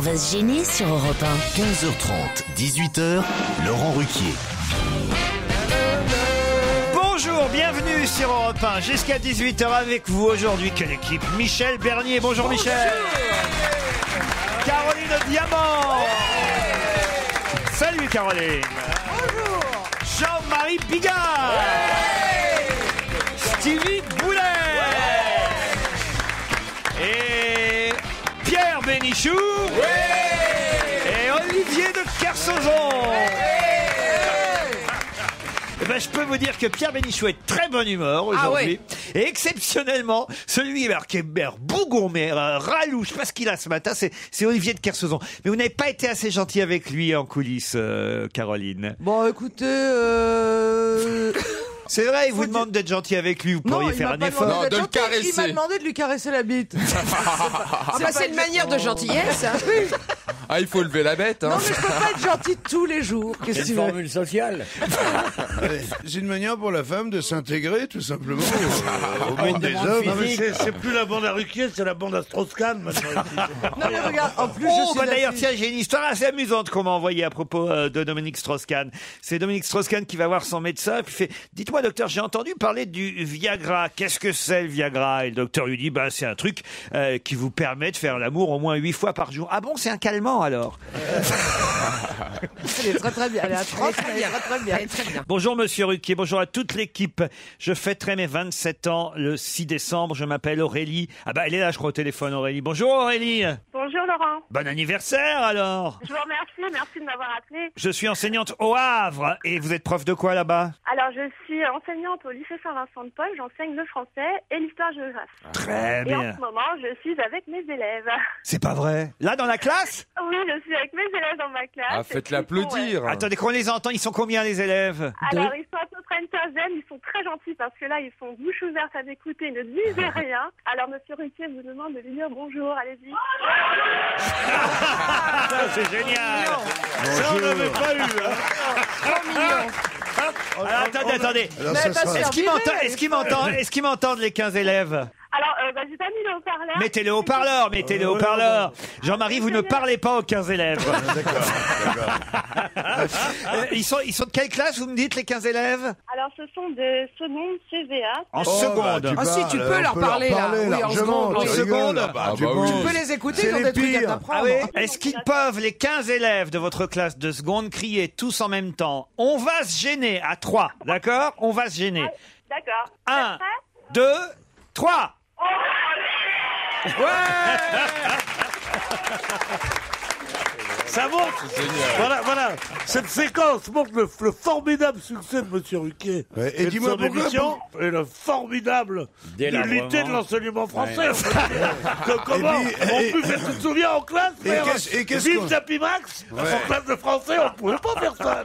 va se gêner sur Europe 15h30, 18h, Laurent Ruquier. Bonjour, bienvenue sur Europe 1 jusqu'à 18h avec vous aujourd'hui. Quelle équipe Michel Bernier, bonjour, Michel. Caroline Diamant. Salut Caroline. Bonjour. Jean-Marie Bigard. Stevie Boulet. Et Pierre Bénichou. Et Olivier de Kersauzon. Eh ben, je peux vous dire que Pierre Bénichou est de très bonne humeur aujourd'hui. Et exceptionnellement, celui alors, qui est alors, bougon, mais euh, ralou, je sais pas ce qu'il a ce matin, c'est c'est Olivier de Kersauzon. Mais vous n'avez pas été assez gentil avec lui en coulisses, euh, Caroline. Bon, écoutez, euh... C'est vrai, il vous demande d'être gentil avec lui, vous non, pourriez il faire m'a un pas effort. demandé d'être gentil, Il m'a demandé de lui caresser la bite. ah. Oh. Ah bah c'est une manière de gentillesse. hein. Ah, il faut lever la bête. Non, mais je peux pas être gentil tous les jours. Qu'est-ce que tu veux sociale. C'est une manière pour la femme de s'intégrer, tout simplement, au, au monde des Non, hommes. mais c'est c'est plus la bande à Ruquier, c'est la bande à Strauss-Kahn maintenant. Non, mais regarde, en plus, je Oh, suis bah la d'ailleurs, fille- tiens, j'ai une histoire assez amusante qu'on m'a envoyée à propos euh, de Dominique Strauss-Kahn. C'est Dominique Strauss-Kahn qui va voir son médecin et puis fait Dites-moi, docteur, j'ai entendu parler du Viagra. Qu'est-ce que c'est le Viagra Et le docteur lui dit Bah, c'est un truc euh, qui vous permet de faire l'amour au moins huit fois par jour. Ah bon, c'est un calmant alors Elle est très très bien. Elle est atroce, mais elle est très très bien. Allez, très bien. Bonjour Monsieur Ruquier, bonjour à toute l'équipe. Je fêterai mes 27 ans le 6 décembre. Je m'appelle Aurélie. Ah bah, elle est là, je crois, au téléphone, Aurélie. Bonjour Aurélie Bonjour Laurent, Bon anniversaire alors je vous remercie, merci de m'avoir appelé. Je suis enseignante au Havre et vous êtes prof de quoi là-bas Alors je suis enseignante au lycée Saint-Vincent de Paul, j'enseigne le français et l'histoire-géographie. Très Et en bien. ce moment, je suis avec mes élèves. C'est pas vrai. Là, dans la classe Oui, je suis avec mes élèves dans ma classe. Ah, Et puis, faites ils sont, ouais. l'applaudir. Attendez, qu'on les entend, ils sont combien les élèves Ah, Alors ils sont à peu près une quinzaine, ils sont très gentils parce que là, ils sont bouche ouverte à m'écouter, ils ne disent rien. Alors monsieur Ruquier vous demande de lui dire bonjour, allez-y. Ah, c'est génial Ça, on n'avait pas eu Alors, attendez, attendez. Alors, Mais ça sera- parce que- Est-ce qu'ils m'entendent Est-ce qu'ils m'entendent Est-ce qu'ils m'entendent les 15 élèves Alors, euh, bah, j'ai pas mis le haut-parleur. Mettez-le au parleur, mettez-le au parleur. Jean-Marie, vous ne parlez pas aux 15 élèves. D'accord, d'accord. Euh, Ils sont, ils sont de quelle classe, vous me dites, les 15 élèves Alors ce sont des secondes CVA. En Oh, bah, seconde. tu Ah, si, parles, tu peux on leur peut parler, là. Oui, en largement, seconde, tu en rigoles. seconde. Ah, bah, Ah, tu bah penses. oui. Tu peux les écouter, C'est ils ont les des trucs à pires. t'apprendre. Ah oui Est-ce qu'ils peuvent, les 15 élèves de votre classe de seconde, crier tous en même temps On va se gêner à 3, d'accord On va se gêner. D'accord. Un. Après, 2, 3 Ça montre Voilà, voilà. Cette séquence montre le, le formidable succès de Monsieur Ruquier. Ouais, et de dis-moi son pourquoi- émission, Et le formidable Délabrement. nullité de l'enseignement français. en fait. Que- comment Et puis, et- on pouvait se souvenir en classe Et faire qu'est-ce- et qu'est-ce qu'on- Vive Tapie Max En classe de français, on pouvait pas faire ça.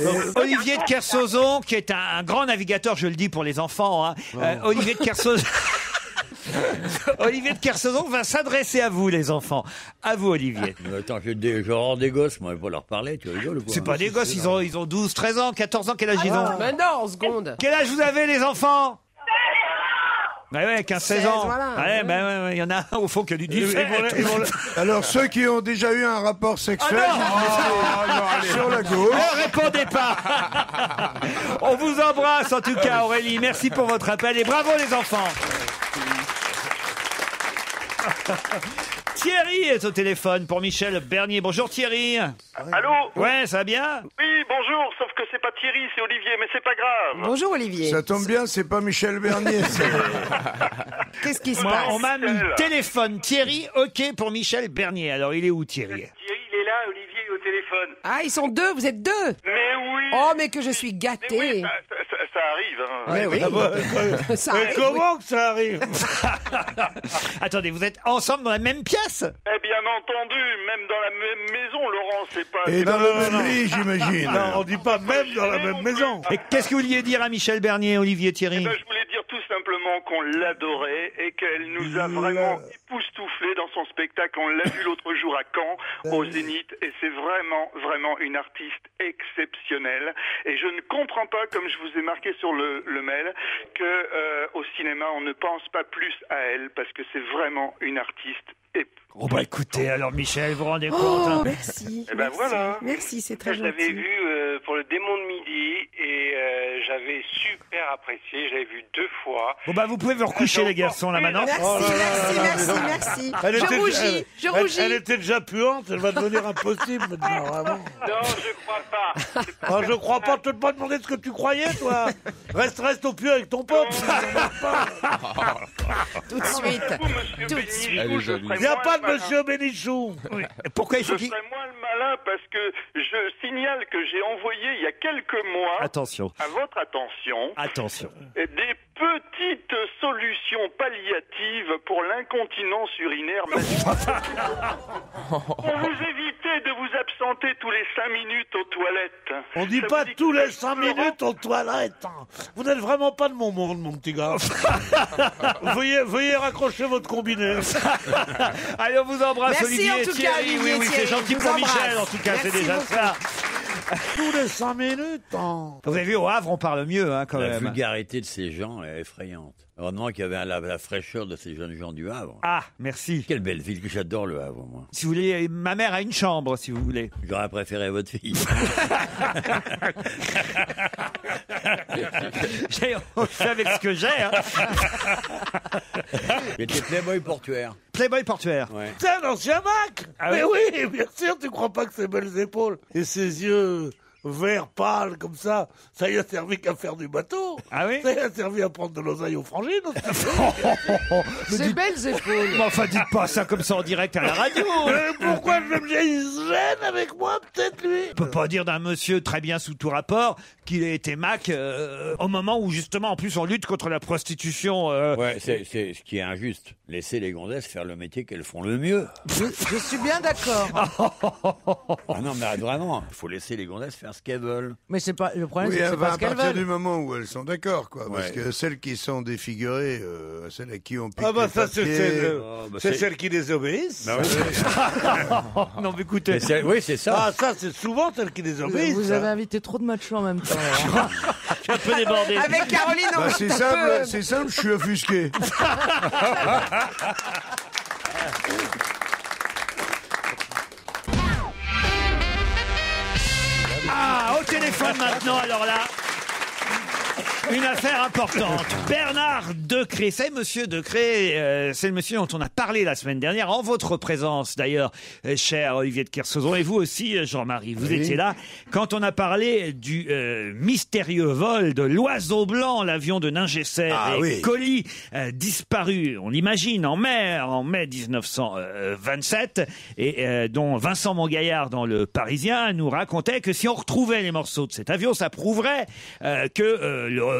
nous. Euh, Olivier de Kersauzon, qui est un, un grand navigateur, je le dis pour les enfants. hein. Euh, Olivier de Kersauzon. Olivier de Kersauzon va s'adresser à vous, les enfants. À vous, Olivier. Ah, Attends, j'ai des, genre des gosses, moi, il faut leur parler, tu rigoles ou quoi Ah, bah, C'est hein pas des gosses, ils ont, ils ont 12, 13 ans, 14 ans, quel âge ils ont Mais Ah, ben non, en seconde. Quel âge vous avez, les enfants Ouais, ouais, 15, 16 ans. voilà. ouais, ben, ouais, ouais, il y en a un Ah, au fond qui a du Ils- ils vont les- ils vont les- Alors, ceux qui ont déjà eu un rapport sexuel Oh, Ah, sur la gauche, Ah, Ne Eh, répondez pas On vous embrasse en tout cas Aurélie, merci pour votre appel et bravo les enfants Thierry est au téléphone pour Michel Bernier. Bonjour Thierry. Allô Ouais, ça va bien Oui, bonjour, sauf que c'est pas Thierry, c'est Olivier, mais c'est pas grave. Bonjour Olivier. ça tombe bien, c'est pas Michel Bernier. c'est- Qu'est-ce qui se Moi, passe On m'a mis Michel. téléphone Thierry, ok pour Michel Bernier. Alors il est où Thierry Thierry, il est là, Olivier est au téléphone. Ah, ils sont deux, vous êtes deux. Mais oui Oh, mais que je suis mais oui, gâtée. ça, ça- ça- ça arrive. hein. Mais oui. Ah Ça Mais arrive, oui. comment que ça arrive Attendez, vous êtes ensemble dans la même pièce Eh bien entendu, même dans la même maison, Laurent, c'est Eh pas... Et c'est ben, dans pas- le même lit, j'imagine. Non, on dit pas même dans la même maison. Et qu'est-ce que vous vouliez dire à Michel Bernier, Olivier Thierry Ben, je voulais dire tout simplement qu'on l'adorait et qu'elle nous a vraiment époustouflé dans son spectacle. On l'a vu l'autre jour à Caen, au Zénith, et c'est vraiment, vraiment une artiste exceptionnelle. Et je ne comprends pas, comme je vous ai marqué sur le, le mail, que euh, au cinéma on ne pense pas plus à elle parce que c'est vraiment une artiste ép- Oh bah écoutez, alors Michel, vous vous rendez compte Oh, hein merci. Eh ben merci. voilà. Merci, c'est Je très l'avais gentil. vu euh, pour le démon de midi et euh, j'avais super apprécié. J'avais vu deux fois. Bon bah vous pouvez vous recoucher les garçons là maintenant. Merci, Oh là là là là, mais merci, non. merci, merci. Elle Je était- rougis, elle- je elle- rougis. Elle était déjà puante, elle va devenir impossible maintenant, vraiment. Non, je crois pas. C'est pas Ah, je crois pas, je te pas demander ce que tu croyais, toi. Reste, reste au pieu avec ton pote. Tout de suite. vous, monsieur Tout de Bénichou, suite. Elle est je jolie. ferai Il n'y a moins pas le de malin. monsieur Bénichou. Oui. Pourquoi il Je faut qu'il... ferai moins le malin parce que je signale que j'ai envoyé il y a quelques mois Attention, à votre attention attention. des petites solutions palliatives pour l'incontinence urinaire. pour vous éviter de vous absenter tous les cinq minutes aux toilettes. On dit Ça vous pas dit tous que les cinq Florent- minutes aux toilettes. hein. Vous n'êtes vraiment pas de mon monde, mon petit gars. veuillez, veuillez raccrocher votre combiné. Allez, on vous embrasse, Merci, Olivier en et tout cas, Thierry. Olivier oui, et oui, c'est Thierry, gentil je vous pour embrasse. Michel, en tout cas, c'est Merci déjà beaucoup. ça. tous les cinq minutes. hein. Vous avez vu, au Havre, on parle mieux, hein, quand La même. vulgarité de ces gens est effrayante. Heureusement qu'il y avait la, la fraîcheur de ces jeunes gens du Havre. Ah, merci. Quelle belle ville, que j'adore le Havre, moi. Si vous voulez, ma mère a une chambre, si vous voulez. J'aurais préféré votre fille. J'ai on fait avec ce que j'ai. hein. J'étais playboy portuaire. Playboy portuaire. Ouais. C'est un ancien Mac. Ah Mais oui, bien sûr, tu crois pas que ses belles épaules et ses yeux verts pâles comme ça, ça y a servi qu'à faire du bateau. Ah oui Ça y a servi à prendre de l'oseille aux frangines. aussi. Ses belles épaules. Mais enfin, dites pas ça comme ça en direct à la radio. Mais pourquoi je me il se gêne avec moi, peut-être lui On peut pas dire d'un monsieur très bien sous tout rapport qu'il ait été Mac euh, au moment où justement, en plus, on lutte contre la prostitution. euh, Ouais, c'est c'est ce qui est injuste. Laissez les gonzesses faire le métier qu'elles font le mieux. Je, je suis bien d'accord. Ah non, mais vraiment, il faut laisser les gonzesses faire ce qu'elles veulent. Mais c'est pas le problème, Oui, c'est que elle c'est va pas ce à qu'elles partir du veulent. moment où elles sont d'accord, quoi. Parce Ouais. que celles qui sont défigurées, euh, celles à qui on pique Ah bah les ça c'est papiers, celle, Ah, bah, c'est c'est- celle qui désobéissent. Non, Bah mais écoutez. Mais c'est- oui, c'est ça. Ah ça c'est souvent celle qui désobéissent. Vous avez invité trop de machos en même temps. alors. un peu débordé. Avec Caroline, on Bah, c'est est un simple, peu- c'est simple, je suis offusqué. Ah, au téléphone maintenant, alors là. Une affaire importante. Bernard Decré, c'est Monsieur Decré, euh, c'est le monsieur dont on a parlé la semaine dernière, en votre présence d'ailleurs, euh, cher Olivier de Kersauzon, et vous aussi, euh, Jean-Marie, vous étiez là, quand on a parlé du euh, mystérieux vol de l'oiseau blanc, l'avion de Ningesser Ah et oui. colis euh, disparu, on l'imagine, en mer, en mai 1927, et euh, dont Vincent Mongaillard dans Le Parisien nous racontait que si on retrouvait les morceaux de cet avion, ça prouverait euh, que euh, le, le-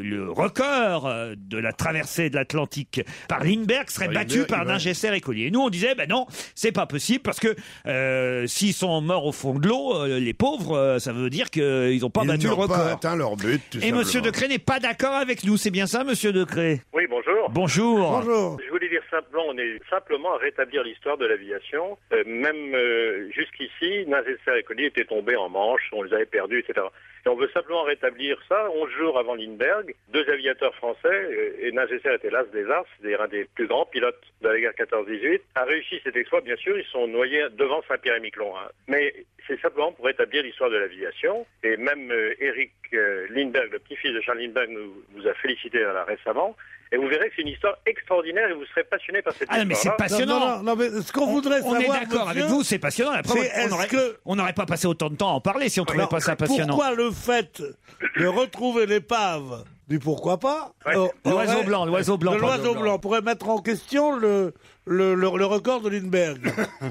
le record euh, de la traversée de l'Atlantique par Lindbergh serait Par Bah, battu Lindbergh, par ouais. Ningesser et Collier. Et nous, on disait, ben non, c'est pas possible, parce que euh, s'ils sont morts au fond de l'eau, euh, les pauvres, euh, ça veut dire qu'ils n'ont pas Ils battu le n'ont record. pas hein, atteint leur but, tout Et Monsieur simplement. Decré n'est pas d'accord avec nous, c'est bien ça, Monsieur Decré Oui, bonjour. Bonjour. Bonjour. Je voulais dire simplement, on est simplement à rétablir l'histoire de l'aviation. Euh, même euh, jusqu'ici, Nagesser et Collier étaient tombés en Manche, on les avait perdus, etc. Et on veut simplement rétablir ça, 11 jours avant Lindbergh, deux aviateurs français, euh, et Nagesser était l'as des as, c'est un des plus grands pilotes de la guerre 14-18, a réussi cet exploit, bien sûr, ils sont noyés devant Saint-Pierre et Miquelon. hein. Mais c'est simplement pour rétablir l'histoire de l'aviation, et même euh, Eric euh, Lindbergh, le petit-fils de Charles Lindbergh, nous, nous a félicité là, récemment, et vous verrez que c'est une histoire extraordinaire et vous serez passionné par cette Ah non, mais c'est histoire. Non, passionnant. non, non, non, mais ce qu'on On, voudrait on est savoir, d'accord monsieur, avec vous, c'est passionnant. La preuve, c'est on est-ce aurait- que- on n'aurait pas passé autant de temps à en parler si on trouvait Alors, pas ça passionnant. Pourquoi le fait de retrouver l'épave du pourquoi pas Ouais. euh, L'oiseau aurait- blanc, l'oiseau blanc, de pardon. l'oiseau blanc pourrait mettre en question le le, le- le record de Lindbergh.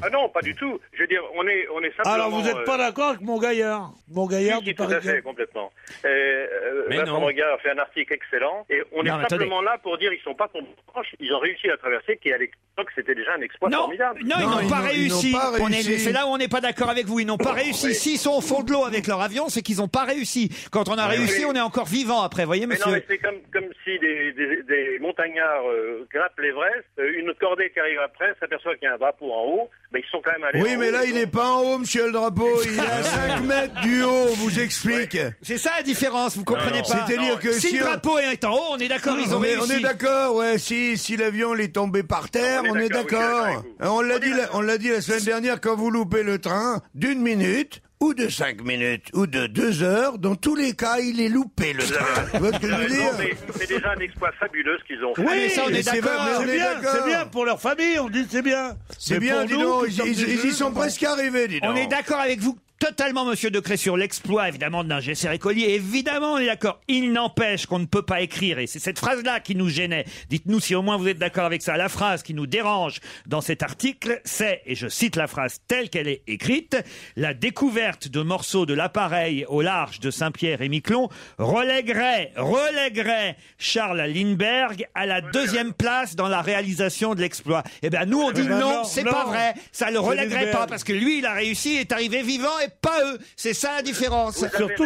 Ah non, pas du tout. Je veux dire, on est, on est simplement. Alors vous n'êtes pas euh, d'accord avec mon gaillard, mon gaillard si, du si, tout à Parisien. fait, complètement. Euh, euh, Mais Vincent non. Regard a fait un article excellent et on Non, est mais attendez. simplement là pour dire ils sont pas tombés en Manche, ils ont réussi à traverser qui à l'époque c'était déjà un exploit Non, formidable. non, ils Non, n'ont ils pas n'ont- ils réussi. n'ont pas On est- réussi. Oh, C'est là où on n'est pas d'accord avec vous. Ils n'ont pas réussi. S'ils sont au fond de l'eau avec leur avion, c'est qu'ils n'ont pas réussi. Quand on a réussi, oui. on est encore vivant après, voyez, Mais non, mais monsieur. c'est comme, comme si des, des, des montagnards euh, grimpent l'Everest, euh, une cordée qui arrive arrive après, s'aperçoit qu'il y a un drapeau en haut, mais ils sont quand même allés. Oui, en mais haut. là, il n'est pas en haut, monsieur le drapeau. Il est à 5 mètres du haut, on vous explique. Ah, C'est ça la différence, vous comprenez non. pas C'est-à-dire que si, si le on- drapeau est en haut, on est d'accord, ils ont on est, on réussi. est d'accord, ouais. Si, si l'avion il est tombé par terre, Ah, on est d'accord. Hein, On l'a dit, la- on l'a dit la semaine dernière quand vous loupez le train d'une minute ou de cinq minutes ou de deux heures, dans tous les cas, il est loupé le train. Vous voyez ce que je veux Non, dire mais c'est déjà un exploit fabuleux ce qu'ils ont fait. mais c'est vrai, mais C'est bien, c'est bien pour leur famille, on dit c'est bien. C'est Mais bien, pour dis nous, donc, qui ils- sommes ils- des ils y jeux, sont comment- presque arrivés, dis donc. On est d'accord avec vous totalement, monsieur Decré, sur l'exploit, évidemment, d'un GCR écolier. Évidemment, on est d'accord. Il n'empêche qu'on ne peut pas écrire. Et c'est cette phrase-là qui nous gênait. Dites-nous si au moins vous êtes d'accord avec ça. La phrase qui nous dérange dans cet article, c'est, et je cite la phrase telle qu'elle est écrite, la découverte de morceaux de l'appareil au large de Saint-Pierre et Miquelon relèguerait, relèguerait Charles Lindbergh à la deuxième place dans la réalisation de l'exploit. Eh ben, nous, on dit Eh ben non, non, c'est non. pas vrai. Ça le C'est relèguerait pas Lindbergh. parce que lui, il a réussi, il est arrivé vivant et pas eux. C'est ça la différence. Vous avez raison,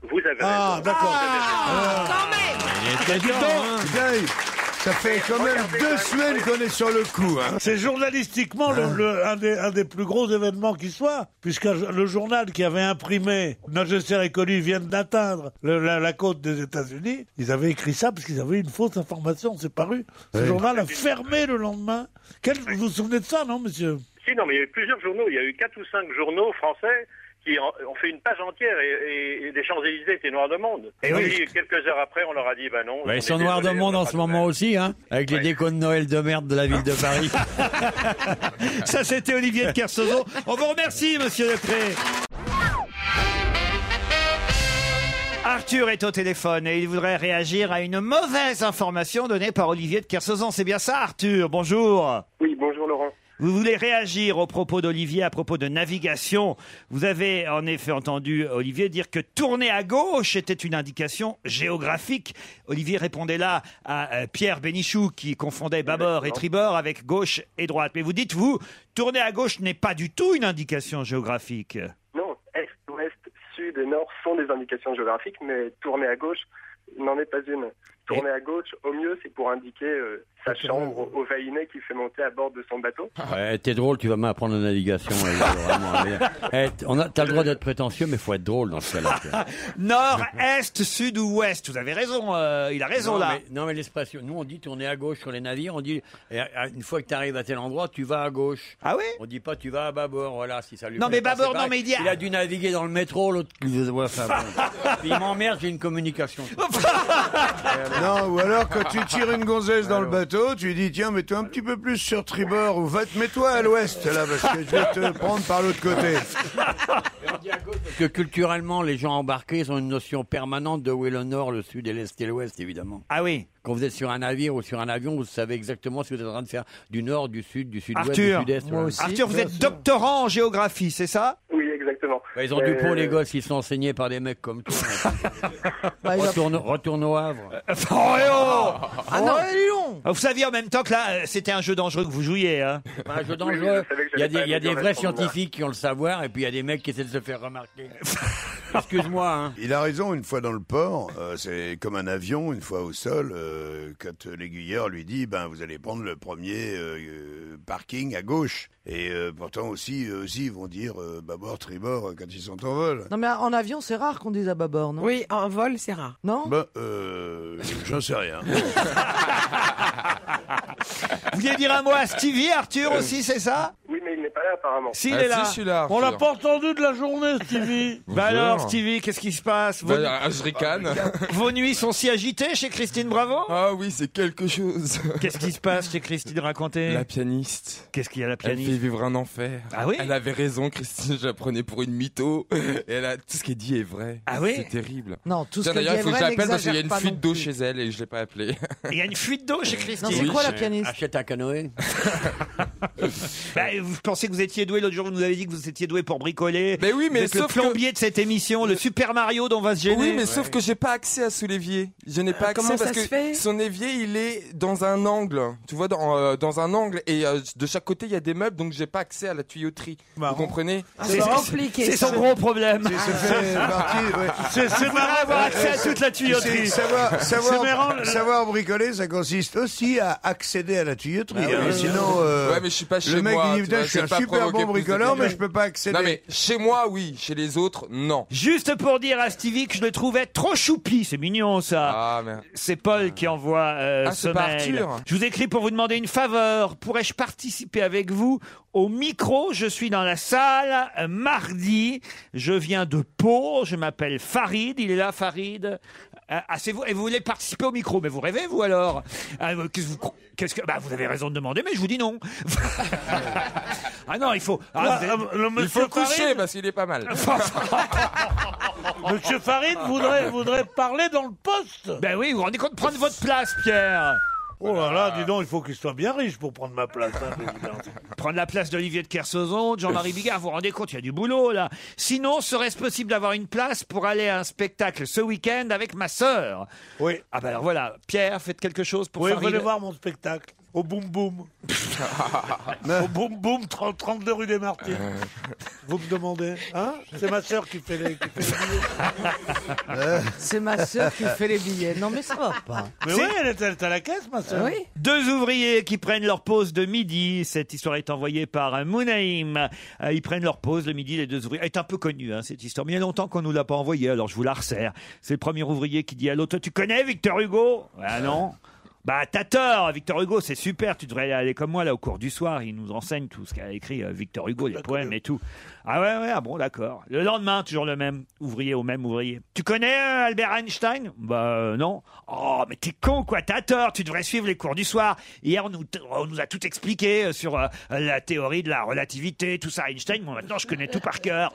vous avez Ah, raison. d'accord. Ah, dis Hein. donc. Putain, Ça fait quand même deux semaines qu'on est sur le coup. hein. C'est journalistiquement le- le- un, des, un des plus gros événements qui soit, puisque le journal qui avait imprimé Manchester et Colis viennent d'atteindre le- la, la côte des États-Unis. Ils avaient écrit ça parce qu'ils avaient une fausse information, c'est paru. Ce Oui. journal a fermé le lendemain. Quel- vous vous souvenez de ça, non, monsieur Si, non, mais il y a eu plusieurs journaux. Il y a eu quatre ou cinq journaux français qui en- ont fait une page entière et, et- et les Champs-Élysées étaient noirs de monde. Eh oui. Puis, quelques heures après, on leur a dit, bah non. Bah, on ils sont est noirs de désolés, monde on en va ce pas- moment aussi, hein, avec les décos de Noël de merde de la ville de Paris. Ça, c'était Olivier de Kersozo. On vous remercie, monsieur Leclerc. Arthur est au téléphone et il voudrait réagir à une mauvaise information donnée par Olivier de Kersauzon. C'est bien ça, Arthur Bonjour. Oui, bonjour Laurent. Vous voulez réagir aux propos d'Olivier à propos de navigation. Vous avez en effet entendu Olivier dire que tourner à gauche était une indication géographique. Olivier répondait là à euh, Pierre Bénichou qui confondait bâbord et tribord avec gauche et droite. Mais vous dites, vous, tourner à gauche n'est pas du tout une indication géographique. Non, est, ouest, sud et nord sont des indications géographiques, mais tourner à gauche n'en est pas une. Tourner à gauche, au mieux, c'est pour indiquer euh, sa chambre au Vahinet qui fait monter à bord de son bateau. Ouais, t'es drôle, tu vas m'apprendre la navigation. ouais, vraiment, mais- Eh, t- on a- T'as le droit d'être prétentieux, mais faut être drôle dans ce cas-là. quoi. Nord, est, sud ou ouest. Vous avez raison, euh, il a raison Non, là. mais- non, mais l'expression, nous on dit tourner à gauche sur les navires, on dit eh, eh, une fois que tu arrives à tel endroit, tu vas à gauche. Ah oui On dit pas tu vas à bâbord, voilà, si ça lui Non, plaît mais pas, bâbord, c'est non, pareil. mais il dit- ah. a dû naviguer dans le métro, l'autre. Ouais, enfin, bon. Puis il m'emmerde, j'ai une communication. Non, ou alors quand tu tires une gonzesse dans le bateau, tu lui dis tiens, mets-toi un petit peu plus sur tribord ou va te mets-toi à l'ouest là parce que je vais te prendre par l'autre côté. Parce que culturellement, les gens embarqués ils ont une notion permanente de où est le nord, le sud et l'est et l'ouest, évidemment. Ah oui. Quand vous êtes sur un navire ou sur un avion, vous savez exactement ce que vous êtes en train de faire du nord, du sud, du sud-ouest, du Arthur, sud-est. voilà. Arthur, vous êtes doctorant en géographie, c'est ça Oui, exactement. Bah, ils ont du Euh, pro, les gosses, ils sont enseignés par des mecs comme toi. bah, retourne, retourne au Havre. Oh, eh oh Ah non, et Lyon Ah, Vous saviez en même temps que là, euh, c'était un jeu dangereux que vous jouiez. Hein. C'est un jeu Oui, dangereux. je savais que Il y a j'allais des, pas il y a me dire des vrais répondre là. scientifiques qui ont le savoir, et puis il y a des mecs qui essaient de se faire remarquer. Excuse-moi. hein. Il a raison, une fois dans le port, euh, c'est comme un avion, une fois au sol, euh, quand l'aiguilleur lui dit ben vous allez prendre le premier euh, euh, parking à gauche. Et euh, pourtant aussi, eux aussi ils vont dire euh, bâbord, tribord euh, quand ils sont en vol. Non, mais en avion, c'est rare qu'on dise à bâbord, non Oui, en vol, c'est rare. Non Ben, euh, j'en sais rien. Vous voulez dire un mot à Stevie, Arthur aussi, c'est Euh. ça Oui, mais il n'est pas là apparemment. S'il est là. On l'a pas entendu de la journée, Stevie. Bah alors, Stevie, qu'est-ce qui se passe vos, Bah, je ricane. vos nuits sont si agitées chez Christine Bravo Ah oui, c'est quelque chose. Qu'est-ce qui se passe chez Christine Racontez La pianiste. Qu'est-ce qu'il y a la Elle fait pianiste vivre un enfer. Ah oui Elle avait raison, Christine, je la prenais pour une mytho. Et elle a... tout ce qu'elle dit est vrai. Ah oui C'est terrible. Non, tout ce Tiens, qu'elle D'ailleurs, il dit faut est que vrai, j'appelle parce qu'il y a une n'exagère pas fuite non d'eau plus. chez elle et je l'ai pas appelée. Il y a une fuite d'eau chez Ah, Non, Christine. c'est quoi la pianiste Achète un canoë. Bah, vous pensez que vous étiez doué l'autre jour, vous nous avez dit que vous étiez doué pour bricoler. Mais oui, mais vous êtes le sauf que- plombier de cette émission, le Super Mario dont on va se gêner. Oui, mais sauf que j'ai pas accès à sous l'évier. Je Euh, n'ai pas accès comment parce ça que se fait son évier, il est dans un angle. Tu vois, dans, euh, dans un angle. Et euh, de chaque côté, il y a des meubles, donc j'ai pas accès à la tuyauterie. Vous comprenez Bah, Ah, Ah, c'est compliqué, C'est son ça. gros problème. C'est- c'est- C'est parti, ouais. C'est- Ah, c'est Vous voulez marrant. avoir accès à toute la tuyauterie. C'est- Savoir, savoir- C'est marrant. savoir bricoler, ça consiste aussi à accéder à la tuyauterie. Ah hein, ouais. mais sinon, euh, ouais, mais je suis pas chez le mec moi. il dit tu vois, putain, je suis j'ai un pas super provoqué bon plus de bricoleur, mais dégâts. je peux pas accéder. Non, mais chez moi, oui. Chez les autres, non. Juste pour dire à Stevie que je le trouvais trop choupi, c'est mignon ça. C'est Paul qui envoie euh, Ah, ce c'est pas mail. Arthur. Je vous écris pour vous demander une faveur. Pourrais-je participer avec vous au micro Je suis dans la salle euh, mardi. Je viens de Pau. Je m'appelle Farid. Il est là, Farid. Euh, ah, c'est vous. Et vous voulez participer au micro Mais vous rêvez, vous alors Ah, euh, Qu'est-ce que vous- qu'est-ce que. Bah, vous avez raison de demander, mais je vous dis non. ah non, il faut. ah, Là, vous êtes- euh, le Il monsieur faut coucher Farid- bah, parce qu'il est pas mal. Monsieur Farid voudrait, voudrait parler dans le poste. Ben oui, vous vous rendez compte prendre votre place, Pierre. Oh là là, dis donc, il faut qu'il soit bien riche pour prendre ma place. hein, président. Prendre la place d'Olivier de Kersauzon, de Jean-Marie Bigard, vous vous rendez compte, il y a du boulot là. Sinon, serait-ce possible d'avoir une place pour aller à un spectacle ce week-end avec ma sœur Oui. Ah ben alors voilà, Pierre, faites quelque chose pour oui, Farid. venez voir mon spectacle. Au boum boum. Au boum boum, 30 32 rue des Martyrs. Vous me demandez, hein C'est ma sœur qui fait les, qui fait les billets. C'est ma sœur qui fait les billets. Non, mais ça va pas. Mais oui, elle est, elle est à la caisse, ma sœur. Deux ouvriers qui prennent leur pause de midi. Cette histoire est envoyée par euh, Mounaïm. Euh, Ils prennent leur pause le midi, les deux ouvriers. Elle est un peu connue, hein, cette histoire. Mais il y a longtemps qu'on nous l'a pas envoyée, alors je vous la resserre. C'est le premier ouvrier qui dit à l'autre, tu connais Victor Hugo? Ah non. Bah, t'as tort, Victor Hugo, c'est super, tu devrais aller comme moi là au cours du soir, il nous enseigne tout ce qu'a écrit euh, Victor Hugo, les poèmes et tout. Ah ouais, ouais, ah bon, d'accord. Le lendemain, toujours le même ouvrier au même ouvrier. Tu connais euh, Albert Einstein Bah euh, non. Oh, mais t'es con quoi, t'as tort, tu devrais suivre les cours du soir. Hier, on nous, on nous a tout expliqué euh, sur euh, la théorie de la relativité, tout ça, Einstein, bon, maintenant je connais tout par cœur.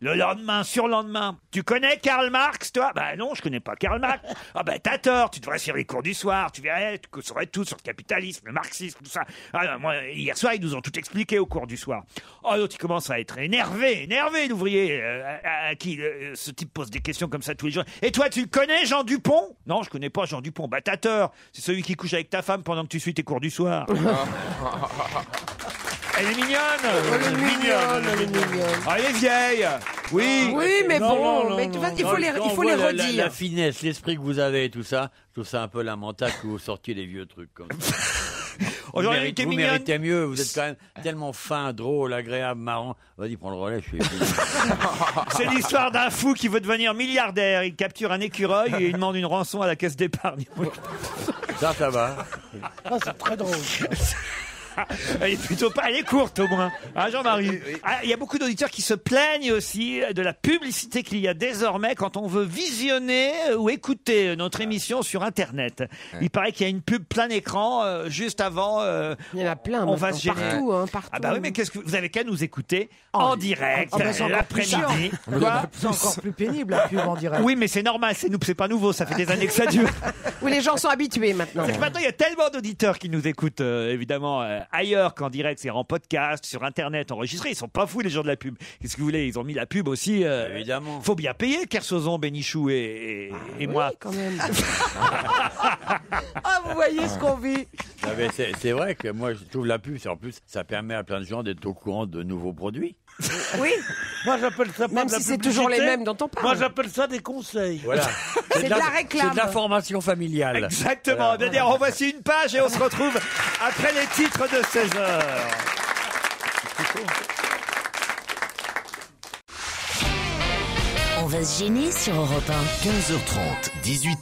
Le lendemain, sur lendemain. Tu connais Karl Marx, toi Bah non, je connais pas Karl Marx. Ah bah t'as tort, tu devrais suivre les cours du soir, tu verrais, tu saurais tout sur le capitalisme, le marxisme, tout ça. Ah non, moi, hier soir, ils nous ont tout expliqué au cours du soir. Oh l'autre, il commence à être énervé, énervé l'ouvrier, euh, à, à qui euh, ce type pose des questions comme ça tous les jours. Et toi, tu le connais, Jean Dupont Non, je connais pas Jean Dupont. Bah t'as tort, c'est celui qui couche avec ta femme pendant que tu suis tes cours du soir. Elle est mignonne hein. Elle est mignonne, elle est mignonne. Ah, elle est vieille Oui Oui, mais Non, bon, non, non, Oh, mais non, de toute non. façon, il faut les, Oh, Quand il on faut voit les la- la- redire. La, finesse, l'esprit que vous avez et tout ça, tout ça un peu lamentable que vous sortiez des vieux trucs comme ça. Vous, J'aurais méritez- été vous mignonne. méritez mieux, vous êtes quand même tellement fin, drôle, agréable, marrant. Vas-y, prends le relais, je suis C'est l'histoire d'un fou qui veut devenir milliardaire. Il capture un écureuil et il demande une rançon à la caisse d'épargne. Ça, ça va. Ah, c'est très drôle. Elle est plutôt pas, elle est courte au moins. Hein, Jean-Marie. Ah, Il y a beaucoup d'auditeurs qui se plaignent aussi de la publicité qu'il y a désormais quand on veut visionner ou écouter notre émission sur Internet. Il paraît qu'il y a une pub plein écran euh, juste avant. Il y en a plein. On va maintenant, se gêner. partout, hein, partout. Ah bah oui, mais qu'est-ce que vous avez qu'à nous écouter en, direct Ah bah, c'est encore plus l'après-midi. chiant. Quoi C'est encore plus pénible la pub en direct. Oui, mais c'est normal, c'est nous, c'est pas nouveau, ça fait des années que ça dure. Oui, les gens sont habitués maintenant. C'est que maintenant, il y a tellement d'auditeurs qui nous écoutent, euh, évidemment, euh, ailleurs qu'en direct, c'est en podcast, sur Internet, enregistré. Ils sont pas fous, les gens de la pub. Qu'est-ce que vous voulez Ils ont mis la pub aussi. euh, Évidemment. Faut bien payer, Kersozon, Bénichou et, et- et moi. Ah, vous voyez ce qu'on vit. Non, mais c'est c'est vrai que moi, je trouve la pub, c'est- en plus, ça permet à plein de gens d'être au courant de nouveaux produits. Oui. Moi, j'appelle ça pas Même de la si c'est toujours les publicité. mêmes dont on parle. Moi, j'appelle ça des conseils. Voilà. C'est de la réclame. C'est de la formation familiale. Exactement. Voilà. D'ailleurs, on voici une page et on se retrouve après les titres de 16 heures. On va se gêner sur Europe 1. 15h30,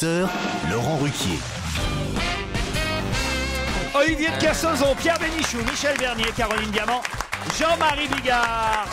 18h, Laurent Ruquier. Olivier de Kersauzon, Pierre Bénichou, Michel Bernier, Caroline Diamant, Jean-Marie Bigard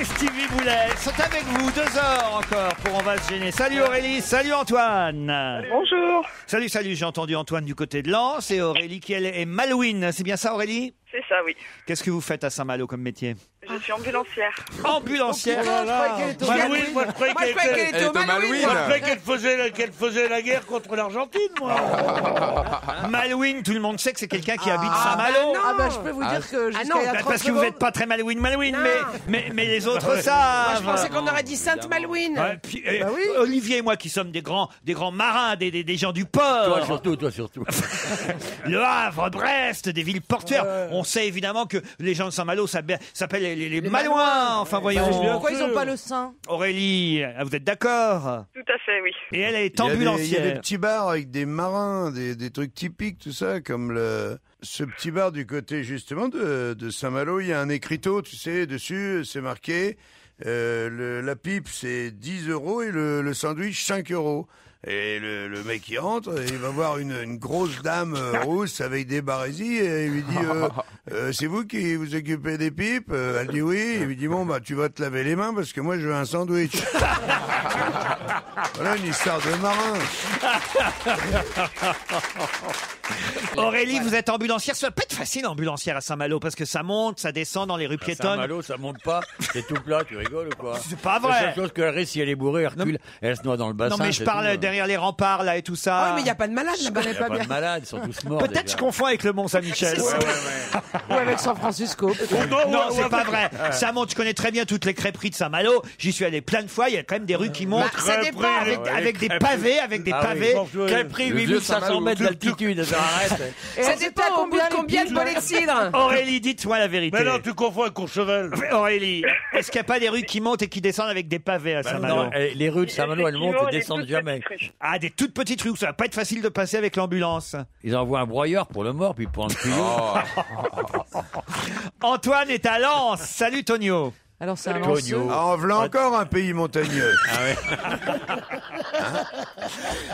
et Stevie Boulet sont avec vous deux heures encore pour On va se gêner. Salut Aurélie, salut Antoine. Bonjour. Salut, salut, j'ai entendu Antoine du côté de Lens et Aurélie qui elle est Malouine. C'est bien ça Aurélie C'est ça, oui. Qu'est-ce que vous faites à Saint-Malo comme métier Je je suis ambulancière. Ambulancière. Oh là là. Malouine, moi je croyais Moi, je qu'elle croyais était- qu'elle était au Moi, je Malouine. croyais qu'elle faisait, la- qu'elle faisait la guerre contre l'Argentine, moi. Malouine, tout le monde sait que c'est quelqu'un qui Ah, habite ah, Saint-Malo. bah non. Ah, bah, je peux vous dire que Ah jusqu'à non, il y a bah, 30 parce que vous secondes- n'êtes pas très Malouine, Malouine, mais, mais, mais les autres Moi, savent. je pensais qu'on aurait dit Sainte Malouine. Ouais, puis, euh, Olivier et moi qui sommes des grands, des grands marins, des, des, des gens du port. Toi surtout, toi surtout. Le Havre, Brest, des villes portuaires. On sait évidemment que les gens de Saint-Malo s'appellent s'appellent les, les, les Malouins. Enfin, voyons. Pourquoi ils n'ont pas le sein Aurélie, ah, vous êtes d'accord Tout à fait, oui. Et elle est Il y a des- Il y a des ambulancière. petits bars avec des marins, des, des trucs typiques, tout ça, comme le, ce petit bar du côté justement de, de Saint-Malo. Il y a un écriteau, tu sais, dessus, c'est marqué. euh, le- la pipe, c'est 10 euros et le, le sandwich, 5 euros. Et le, le mec qui entre, il va voir une, une grosse dame euh, rousse avec des barésies et il lui dit euh, Euh, C'est vous qui vous occupez des pipes Euh, Elle dit oui. Il lui dit Bon, bah, tu vas te laver les mains parce que moi, je veux un sandwich. voilà une histoire de marin. Aurélie, vous êtes ambulancière. Ça va pas être facile, ambulancière à Saint-Malo, parce que ça monte, ça descend dans les rues À piétonnes. Saint-Malo, ça monte pas, c'est tout plat, tu rigoles ou quoi C'est pas vrai. La seule chose que Harry, si elle est bourrée, elle recule, elle se noie dans le bassin. non, mais je c'est parle tout, hein. derrière les remparts, là, et tout ça. Ah oui, mais il n'y a pas de malade là-bas. Il y a pas, de malades, ils sont tous morts. Peut-être je confonds avec le Mont-Saint-Michel. C'est ça. Ouais, ouais, Ou avec San Francisco peut-être. Non, c'est pas vrai. Ça monte. Je connais très bien toutes les crêperies de Saint-Malo. J'y suis allé plein de fois. Il y a quand même des rues qui montent. Bah, ça dépend, Avec, ouais, avec des les crêperies. pavés, avec des Ah oui. pavés. Quel prix Le vieux 8500 Saint-Malo. mètres d'altitude, ça arrête. Ça dépend au bout de combien de bolets de cidre Aurélie, dites-moi la vérité. Mais non, tu confonds avec Courchevel. Aurélie, est-ce qu'il n'y a pas des rues qui montent et qui descendent avec des pavés à Bah Saint-Malo non, eh, les rues de Saint-Malo, elles montent et descendent jamais. Ah, des toutes petites rues où ça va pas être facile de passer avec l'ambulance. Ils envoient un broyeur pour le mort, puis pour un tuyau. Oh. Antoine est à Lens. Salut Tonio. Alors c'est un Tonio. lanceux. Ah, en voilà encore un pays montagneux. Ah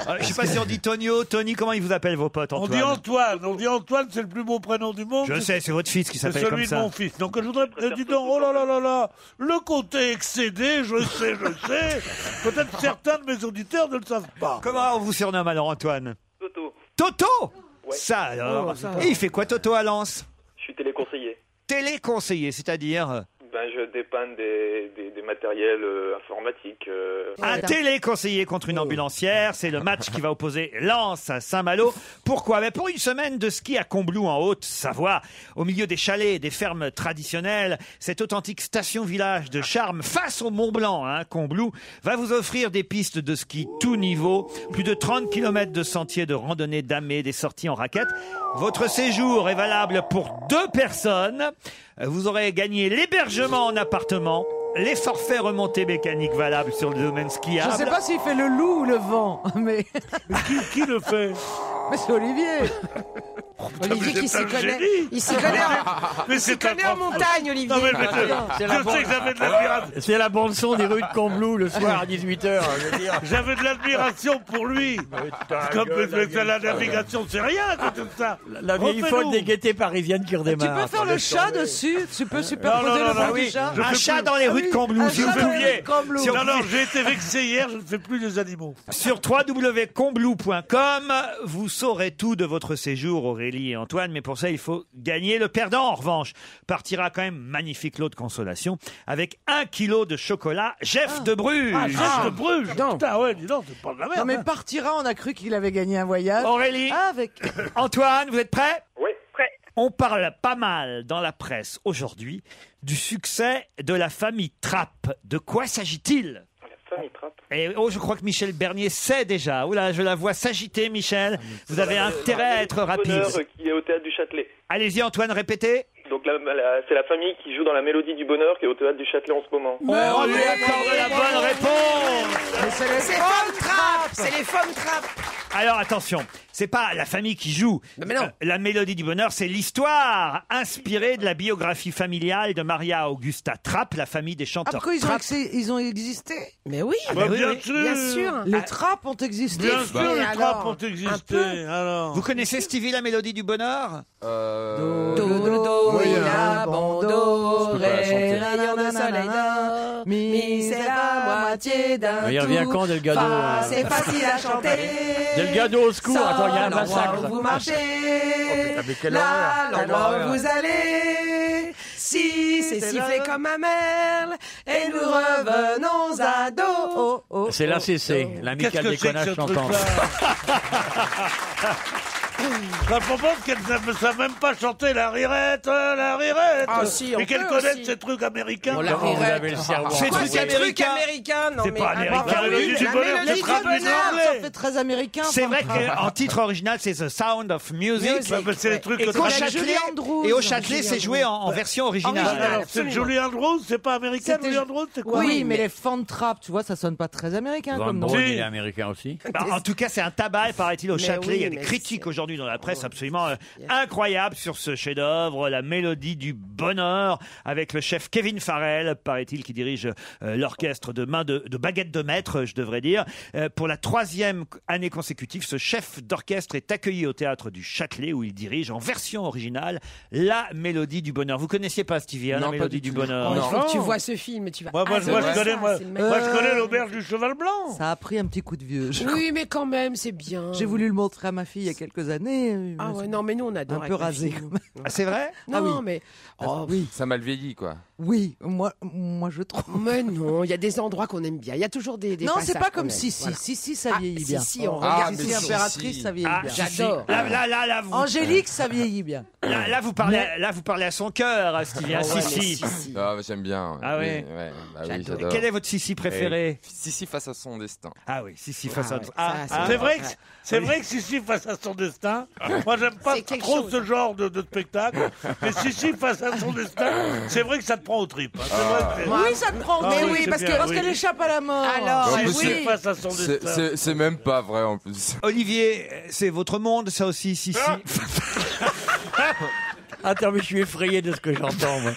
Euh, Je sais pas si on dit Tonio, Tony, comment ils vous appellent vos potes On Antoine dit Antoine, on dit Antoine, c'est le plus beau prénom du monde. Je sais, c'est votre fils qui s'appelle C'est comme celui de ça. mon fils. Donc je voudrais, euh, dis donc, oh là là là là, le côté excédé, je sais, je sais. Peut-être certains de mes auditeurs ne le savent pas. Comment on vous surnomme alors Antoine Toto, Toto Ça alors Oh, ça. Et il fait quoi Toto à Lens je suis téléconseiller. Téléconseiller, c'est-à-dire euh, Ben, je dépanne des, des, des matériels euh, informatiques. euh. Ah, un téléconseiller contre une ambulancière. C'est le match qui va opposer Lens à Saint-Malo. Pourquoi Ben, Pour une semaine de ski à Combloux en Haute-Savoie, au milieu des chalets et des fermes traditionnelles, cette authentique station-village de charme face au Mont Blanc, hein, Combloux, va vous offrir des pistes de ski tout niveau, plus de 30 km de sentiers de randonnée damée, des sorties en raquette. Votre séjour est valable pour deux personnes. Euh, Vous aurez gagné l'hébergement en appartement, les forfaits remontées mécaniques valables sur le domaine Je skiable. sais pas s'il fait le loup ou le vent, mais. qui, le fait Oh, Mais c'est Olivier Olivier qui s'y connaît. Il s'y connaît. hein en- Mais Il s'y c'est un connaît en grand- montagne, Olivier. Non, mais- mais- Ah, C'est je la sais bande- que j'avais de l'admiration. C'est la bande-son des rues de Combloux le soir à hein, 18h. J'avais de l'admiration pour lui. Parce que gueule, la mais c'est la vieille folle. navigation, c'est rien à côté de ça. La vieille Refais-nous. folle des gaietés parisiennes qui redémarre. Tu peux faire le chat dessus Tu peux superposer Non, non, le non, bras non, du oui. chat Je fais plus- Ah oui, Un si chat vous dans les pouviez. rues de Combloux. Non, non, j'ai été vexé hier, je ne fais plus les animaux. Sur www.combloux.com, vous saurez tout de votre séjour, Aurélie et Antoine, mais pour ça, il faut gagner le perdant. En revanche, partira quand même magnifique lot de consolation avec un kilo de chocolat Jeff de Bruges. Ah, Jeff de Bruges Putain, ouais, dis donc, c'est pas de la merde. Non, mais hein. partira, on a cru qu'il avait gagné un voyage. Ah, Aurélie Avec. Antoine, vous êtes prêt Oui, prêt. On parle pas mal dans la presse aujourd'hui du succès de la famille Trapp. De quoi s'agit-il Famille Trapp. Et oh, je crois que Michel Bernier sait déjà. Oula, je la vois s'agiter, Michel. Vous avez intérêt à être rapide. Bonheur, euh, qui est au théâtre du Châtelet. Allez-y, Antoine, répétez. Donc la- la- c'est la famille qui joue dans la mélodie du bonheur qui est au théâtre du Châtelet en ce moment. Oh, Ben on lui accorde la bonne réponse. Mais c'est les C'est femmes Femme Trap C'est les Femmes Trap Alors attention, c'est pas la famille qui joue. Euh, la mélodie du bonheur, c'est l'histoire inspirée de la biographie familiale de Maria Augusta Trapp, la famille des Ah, chanteurs. pourquoi ils ont, Trapp. exi- ils ont existé Mais oui Ah, Bah, bien sûr. Ah. Bien sûr Les Ah, trappes ont existé Bien sûr, Mais les alors, trappes ont un existé. peu. Alors. Vous connaissez Stevie la mélodie du bonheur Dodo, Oui, il hein. abandonne, Je peux pas la chanter. rayon de soleil d'or, mi, c'est la moitié d'un euh, Ah, Il revient tout. quand, Delgado, Fa, hein C'est facile à chanter Delgado, au secours, Sol, attends, il y a un l'endroit massacre. où vous marchez Oh, mais quelle Là, horreur. Quelle l'endroit horreur. où vous allez Si, c'est sifflé comme un merle et nous revenons à dos. Oh, oh, C'est oh. l'ACC, l'amicale des connards chantants. Ça propose qu'elle ne savent même pas chanter la rirette, euh, la rirette. Ah, si, on Et qu'elle peut aussi. connaisse ces trucs américains. Oh, la Comment vous rirette. avez le cerveau Ces enfoncé. trucs Ces trucs américains. américains, non, C'est mais- pas Ah, américain. bah, la mélodie la du bonheur, mélodie c'est du traduit en bonheur, anglais. ça fait très américain. C'est vrai enfin. qu'en titre original, c'est The Sound of Music. Music, Ouais, c'est ouais. les trucs Et que- qu'on a Julie Andrews. Et au Châtelet, Julie c'est joué en, en Andrews. version originale. Original, Alors, c'est absolument. Julie Andrews, c'est pas américain, C'était- Julie Andrews, c'est quoi Oui, mais les fan trap, tu vois, ça sonne pas très américain Van comme nom. Braun, il est américain aussi. Bah, en tout cas, c'est un tabac, paraît-il, au Mais Châtelet. oui, Il y a des mais critiques aujourd'hui dans la presse absolument euh, incroyables sur ce chef-d'œuvre, la mélodie du bonheur, avec le chef Kevin Farrell, paraît-il, qui dirige euh, l'orchestre de main de, de baguette de maître, je devrais dire. Euh, pour la troisième année consécutive, ce chef d'orchestre est accueilli au théâtre du Châtelet, où il dirige en version originale la mélodie du bonheur. Vous connaissiez pas Stevie, hein, Non, la pas mélodie du du, tout. bonheur Oh, il faut que tu vois ce film et tu vas. Moi, moi, je- adorer moi, je ça, connais, moi. c'est le Moi, meilleur. je connais l'auberge du cheval blanc. Ça a pris un petit coup de vieux. je crois. Ah, Oui, mais quand même, c'est bien. J'ai voulu le montrer à ma fille il y a quelques années. euh, Ah je- ouais, non, mais nous, on adore. Un avec peu nos rasé. filles. quand même. C'est vrai Non, mais. Ah oui. Ça m'a le vieilli, quoi. Oui, moi, moi je trouve. Mais non, il y a des endroits qu'on aime bien. Il y a toujours des. des Non, c'est passages pas qu'on comme aime. si, si, Voilà. si, si, ça Ah, vieillit si, bien. si, on Ah, regarde mais ici. si, impératrice, ça vieillit Ah, bien. si, si. Là, là, là, là, vous- Angélique, ça vieillit bien. Là, là, vous parlez, là, vous parlez à son cœur, à Stevie. Ah Ah, ouais, si, mais si. si. Ah, mais j'aime bien. Ah oui, ouais. ouais, bah oui, J'adore. j'adore. Quel est votre Sissi préféré Eh, Sissi face à son destin. Ah oui, Sissi face à Ah, son Ah, c'est vrai Ah. que Ah c'est vrai que Sissi face à son destin. Moi, j'aime pas trop ce genre de, de spectacle. Mais Sissi face à son destin, c'est vrai que ça te prend aux tripes. hein. C'est vrai que c'est- Oui, ça te prend. Ah Mais oui, oui, c'est parce que- bien, parce oui. qu'elle échappe à la mort. Alors, En plus, oui. c'est- Face à son c'est- destin. c'est- C'est même pas vrai en plus. Olivier, c'est votre monde, ça aussi, Sissi. Attends, Ah, mais je suis effrayé de ce que j'entends, moi.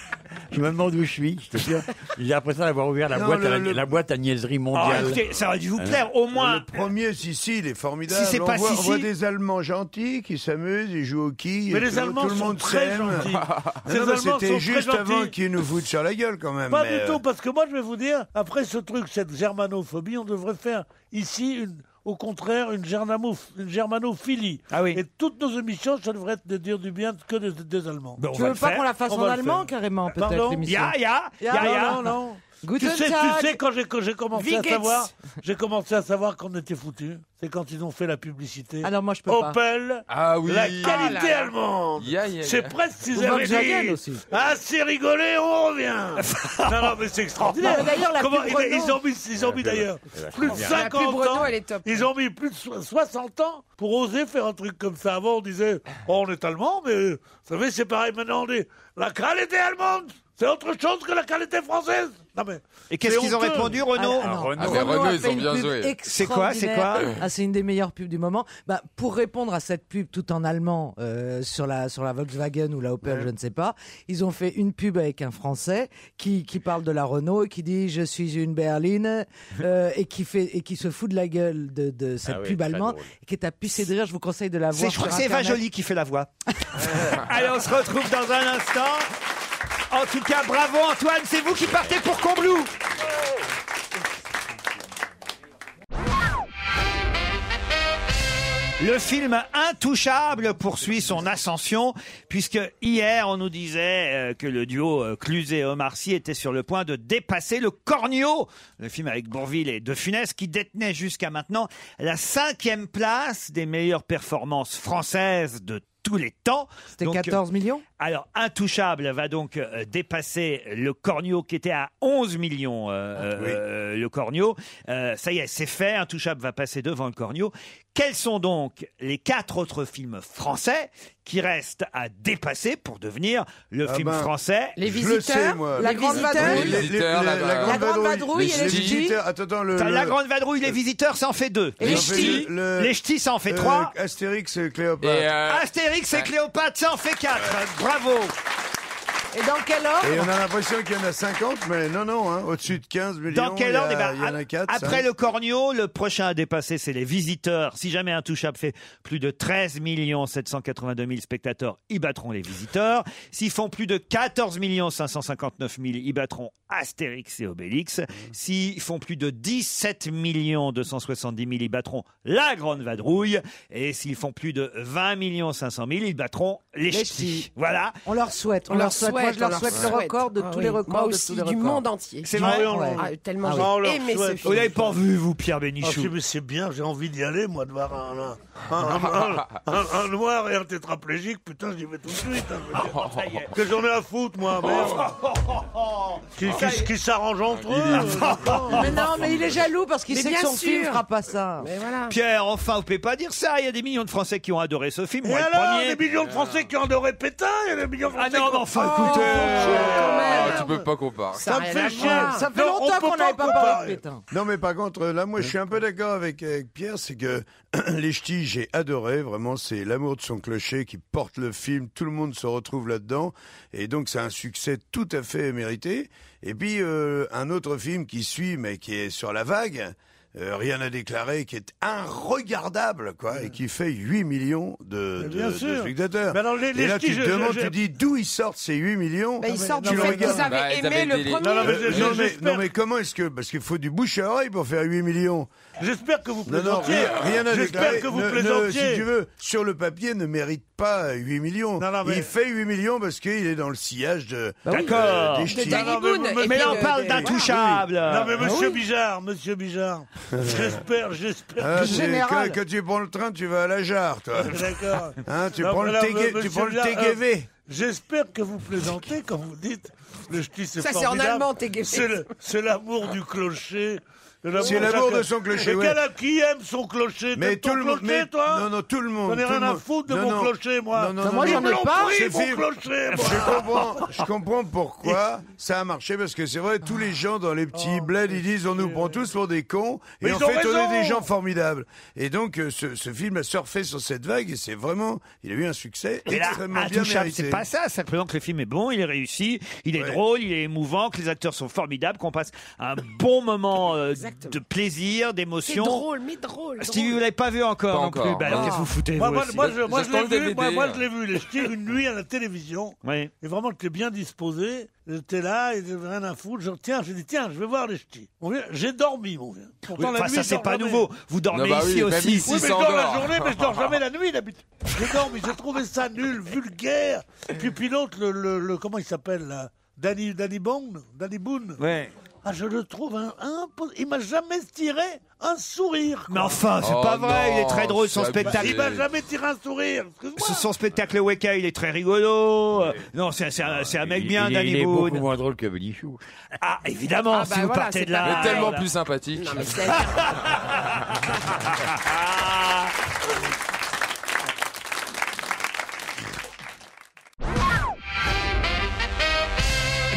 Je me demande où je suis, je te jure. J'ai l'impression d'avoir ouvert la, Non, boîte, à la, le- le- la boîte à niaiserie mondiale. Euh, Ah, écoutez, ça aurait dû vous plaire, au moins. Le premier, si, si, il est formidable. Si c'est pas on, voit, on Sissi- voit des Allemands gentils qui s'amusent, ils jouent au quilles. Mais et les tout, Allemands tout le sont monde très s'aime. gentils. Non, Ces non, Allemands sont C'était très juste gentils. avant qu'ils nous foutent sur la gueule, quand même. Pas mais, du euh, tout, parce que moi, je vais vous dire, après ce truc, cette germanophobie, on devrait faire ici une. Au contraire, une, gernamouf- une germanophilie. Et toutes nos émissions, ça devrait être de dire du bien que des, des Allemands. Tu veux pas qu'on la fasse Ben, On en va le allemand, faire. carrément, peut-être, Pardon l'émission Ya, ya, Ya, ya, non, ya. non, non. Tu Guten sais, Tag. tu sais quand j'ai, quand j'ai commencé à Wie geht's savoir, j'ai commencé à savoir qu'on était foutus, c'est quand ils ont fait la publicité. Alors moi, je peux pas. Opel, Ah oui. la Ah qualité là là. allemande. Ya, ya, ya. C'est presque ce Ou qu'ils avaient Volkswagen dit. aussi. Ah, c'est rigolé, on revient. non, non, mais c'est extraordinaire. Non, Bah, mais d'ailleurs, la Comment- pub ils, Renault- ils ont mis, ils ont mis La pub- d'ailleurs elle va plus de très bien. La 50 pub Renault, ans. elle est top. Ils ont mis plus de so- 60 ans pour oser faire un truc comme ça. Avant, on disait, oh, on est allemand, mais euh, vous savez, c'est pareil. Maintenant, on dit, la qualité allemande, c'est autre chose que la qualité française. Non, mais, Et qu'est-ce c'est qu'ils ont honteux. répondu, Renault Ah, Renault. Ah, mais Renault, a fait une pub extraordinaire. Ah, c'est une des meilleures pubs du moment. Bah, pour répondre à cette pub tout en allemand euh, sur, la, sur la Volkswagen ou la Opel, je ne sais pas, ils ont fait une pub avec un Français qui, qui parle de la Renault et qui dit Je suis une berline euh, et, qui fait, et qui se fout de la gueule de, de cette Ah oui, pub très allemande drôle. et qui est à pucer de rire. Je vous conseille de la C'est, voir. je crois que sur c'est Eva Internet. Jolie qui fait la voix. Allez, on se retrouve dans un instant. En tout cas, bravo Antoine, c'est vous qui partez pour Combloux. Le film Intouchable poursuit son ascension, puisque hier, on nous disait euh, que le duo euh, Cluzet et Omar Sy était sur le point de dépasser le Cornio, le film avec Bourville et De Funès, qui détenait jusqu'à maintenant la cinquième place des meilleures performances françaises de tous les temps. euh, C'était 14 millions Alors, Intouchable va donc euh, dépasser le Cornio, qui était à 11 millions, euh, Ah, euh, le Cornio. Euh, ça y est, c'est fait, Intouchable va passer devant le Cornio. Quels sont donc les quatre autres films français qui restent à dépasser pour devenir le Ah film ben, français Les je le Visiteurs, sais, moi. La Les Grande Visiteurs, Vadrouille. Les Visiteurs, la- la Grande Vadrouille, les les Ch'tis. Ch'tis. Attends, attends, le- T'as La le- Grande Vadrouille, les Visiteurs, ça en fait deux. Et Les Ch'tis. le- Les Ch'tis, ça en fait euh, trois. Astérix, euh, Cléopâtre. Et, euh, Astérix et Ouais. Cléopâtre, ça en fait quatre. Bravo. Et dans quel Et on a l'impression qu'il y en a 50, mais non, non, hein, au-dessus de 15 millions. Dans quel il y a- ordre Eh ben, Il y en a ap- 4. Après le Cornio, le prochain à dépasser, c'est les visiteurs. Si jamais Intouchable fait plus de 13 782 000 spectateurs, ils battront les visiteurs. S'ils font plus de 14 559 000, ils battront Astérix et Obélix. S'ils font plus de 17 270 000, ils battront la Grande Vadrouille. Et s'ils font plus de 20 500 000, ils battront les, Les Ch'tis. Voilà. On leur souhaite, on, leur souhaite, Moi, je leur souhaite Ah le record de tous les records. Moi de aussi, tous les du records. monde entier. C'est vrai Ah, Tellement Ah j'ai ouais. On leur aimé ce souhaite. film. Oh, Vous l'avez pas vu, vous, Pierre Bénichou Ah, c'est- c'est bien, j'ai envie d'y aller, moi, de voir un, un- un- un- un- un noir et un tétraplégique. Putain, j'y vais tout de suite. hein, je veux dire. que j'en ai à foutre, moi, merde. qui qui- qui s'arrangent entre eux. Mais non, mais il est jaloux parce qu'il Mais sait bien que son sûr. film fera pas ça. Pierre, enfin, vous pouvez pas dire ça. Il y a des millions de Français qui ont adoré ce film. Et Moi, le alors, premier. des millions de Français qui en auraient pétain, il y a des millions de Ah Français non, qui- mais enfin, Oh, écoutez. euh, Ah, tu peux pas comparer. Ça me fait chier. Ça fait Non, on longtemps peut qu'on n'avait pas comparer. parlé de Pétain. Non, mais par contre, là, moi, je suis un peu d'accord avec, avec Pierre, c'est que les ch'tis, j'ai adoré. Vraiment, c'est l'amour de son clocher qui porte le film. Tout le monde se retrouve là-dedans. Et donc, c'est un succès tout à fait mérité. Et puis, euh, un autre film qui suit, mais qui est sur la vague. euh, rien à déclarer, qui est inregardable, quoi, et qui fait 8 millions de, Mais de- bien de sûr. spectateurs. Mais alors, les- les et là, ch'tis, tu te je- je- demandes, je- tu dis, d'où ils sortent ces 8 millions Bah, ils Ah, sortent Tu du le fait regardes. qu'ils avaient Bah, ils aimé avaient le le délire. premier. Non, non, mais je- Non, je- mais, j'espère. non, mais comment est-ce que... Parce qu'il faut du bouche à oreille pour faire 8 millions. J'espère que vous Non, non, plaisantiez. rien, rien à J'espère déclarer. que vous Ne- ne- si plaisantiez. tu veux, sur le papier, ne mérite pas 8 millions. mais- Il fait 8 millions parce qu'il est dans le sillage de... Bah oui. D'accord. euh, des De ch'tis. Danny Non, mais Boone vous- et Mais là, puis on de- parle de- d'intouchables. Euh, Non, mais Ah monsieur oui. Bijard, monsieur Bijard, j'espère, j'espère. Euh. Ah, que- c'est- quand, quand tu prends le train, tu vas à la jarre, toi. D'accord. Hein, tu, Non, prends le voilà, TG monsieur tu prends le Bijard, TGV. euh, J'espère que vous plaisantez quand vous dites le ch'ti c'est Ça, c'est en formidable. allemand, TGV. C'est le- C'est l'amour du clocher. C'est l'amour chaque- de son clocher, Mais ouais. quel- qui aime son clocher Mais T'aimes ton tout le monde- clocher, mais- toi non, non, tout le monde, J'en ai tout rien le à monde. foutre de Non, mon non. clocher, moi. Non, non, non, non. Ils me l'ont pris, C'est mon fait- clocher, moi. Je comprends, je comprends pourquoi ça a marché parce que c'est vrai, tous les gens dans les petits Oh, bleds, ils disent on nous prend tous pour des cons Mais et en ils ont fait on raison. est des gens formidables. Et donc euh, ce, ce film a surfé sur cette vague et c'est vraiment, il a eu un succès Mais là, extrêmement ah, bien Intouchable, mérité. c'est pas ça. Simplement que le film est bon, il est réussi, il est drôle, il est émouvant, que les acteurs sont formidables, qu'on passe un bon moment euh, de plaisir, C'est d'émotion. drôle, mais drôle. Ah, Stevie, vous l'avez pas vu encore non plus. Bah, alors, qu'est-ce que vous foutez Moi, vous moi, aussi moi, je, moi, je J'attends l'ai le vu, DVD, moi, moi, là. je l'ai vu, les ch'tis, une nuit à la télévision. Oui. Et vraiment, j'étais bien disposé. J'étais là, et j'avais rien à foutre. Je, tiens, j'ai dit, tiens, je vais voir les ch'tis. Mon vieux, J'ai dormi, mon vieux. Pourtant, Oui, la enfin, nuit, ça, je c'est dors pas jamais. nouveau. Vous dormez Non, bah ici oui, même aussi. ici, Oui, mais je ça dors la endort. journée, mais je dors jamais la nuit, d'habitude. Je dors, mais j'ai trouvé ça nul, vulgaire. Puis, puis l'autre, le, le- le- comment il s'appelle, là Danny, Danny Boone Danny Boone Ouais. Ah, je le trouve un, un Il m'a jamais tiré un sourire. quoi. Mais enfin, c'est Oh pas vrai, il est très drôle son spectacle. Il m'a jamais tiré un sourire. excuse-moi. Ce- Son spectacle Weka, il est très rigolo. Euh, Non, c'est c'est un, c'est un mec Il- bien, il, est- il Danny est beaucoup Boone. moins drôle que Benichou. Ah, évidemment, Ah, bah si vous voilà, partez c'est de là. pas Mais tellement plus sympathique.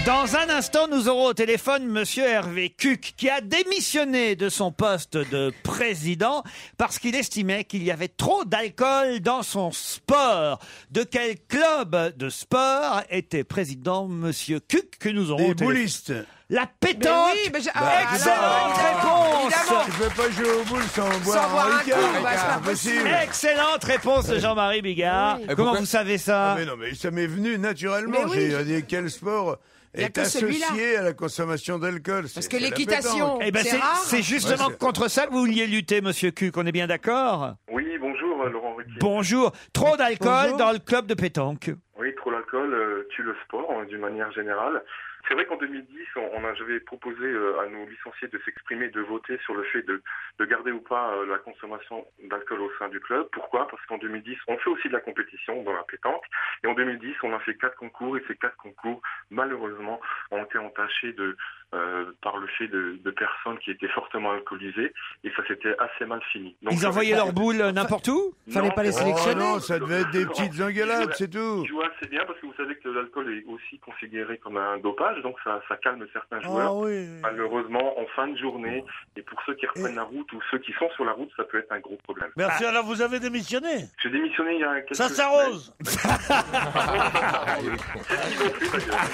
Dans un instant, nous aurons au téléphone Monsieur Hervé Cuc, qui a démissionné de son poste de président parce qu'il estimait qu'il y avait trop d'alcool dans son sport. De quel club de sport était président Monsieur Cuc que nous aurons Des au téléphone boulistes. Bah, La pétanque. Mais oui, mais j'ai- ah, Excellente alors, réponse. évidemment. Tu peux pas jouer au boule sans boire boire un un Ricard, coup, bah, Ricard, c'est pas impossible. possible. Excellente réponse de Jean-Marie Bigard. Et Comment pourquoi- vous savez ça Ah, mais non, mais ça m'est venu naturellement. Mais oui. J'ai dit quel sport Il y a est que associé celui-là. à la consommation d'alcool Parce C'est- que c'est la l'équitation, pétanque. Eh ben, c'est c'est- rare. c'est justement Ouais, c'est- contre ça que vous vouliez lutter, monsieur Cuc, on est bien d'accord Oui, bonjour euh, Laurent Ruquier. Bonjour. Trop d'alcool Bonjour. dans le club de pétanque. Oui, trop l'alcool euh, tue le sport euh, d'une manière générale. C'est vrai qu'en 2010, on, on a- j'avais proposé euh, à nos licenciés de s'exprimer, de voter sur le fait de, de garder ou pas euh, la consommation d'alcool au sein du club. Pourquoi Parce qu'en 2010, on fait aussi de la compétition dans la pétanque. Et en 2010, on a fait quatre concours. Et ces quatre concours, malheureusement, ont été entachés de, euh, par le fait de, de personnes qui étaient fortement alcoolisées. Et ça s'était assez mal fini. Donc, Ils j'avais envoyaient leurs proposé- boules n'importe où Fallait pas les Oh sélectionner. non, ça devait être des petites engueulades, c'est tout. Tu vois, c'est bien parce que vous savez que l'alcool est aussi considéré comme un dopage, donc ça, ça calme certains Ah joueurs. oui. Malheureusement, en fin de journée, et pour ceux qui reprennent la route ou ceux qui sont sur la route, ça peut être un gros problème. Ah, Merci, alors vous avez démissionné. J'ai démissionné il y a quelques Ah, Ça s'arrose.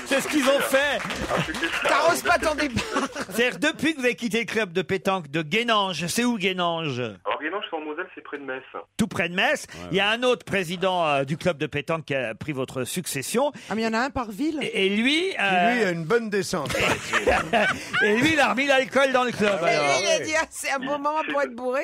C'est ce qu'ils ont fait T'arroses pas ton départ. C'est-à-dire, depuis que vous avez quitté le club de pétanque de Guénange, c'est où Guénange Alors, Guélange, c'est en Moselle, c'est près de Metz. tout près de Metz, il y a un autre président euh, du club de pétanque qui a pris votre succession. Ah, mais il y en a un par ville Et, et lui, Qui, euh, lui a une bonne descente. Ah, et lui, il a remis l'alcool dans le club. Et alors. Ah, ah, lui, il a dit, ah, c'est un bon moment pour être bourré.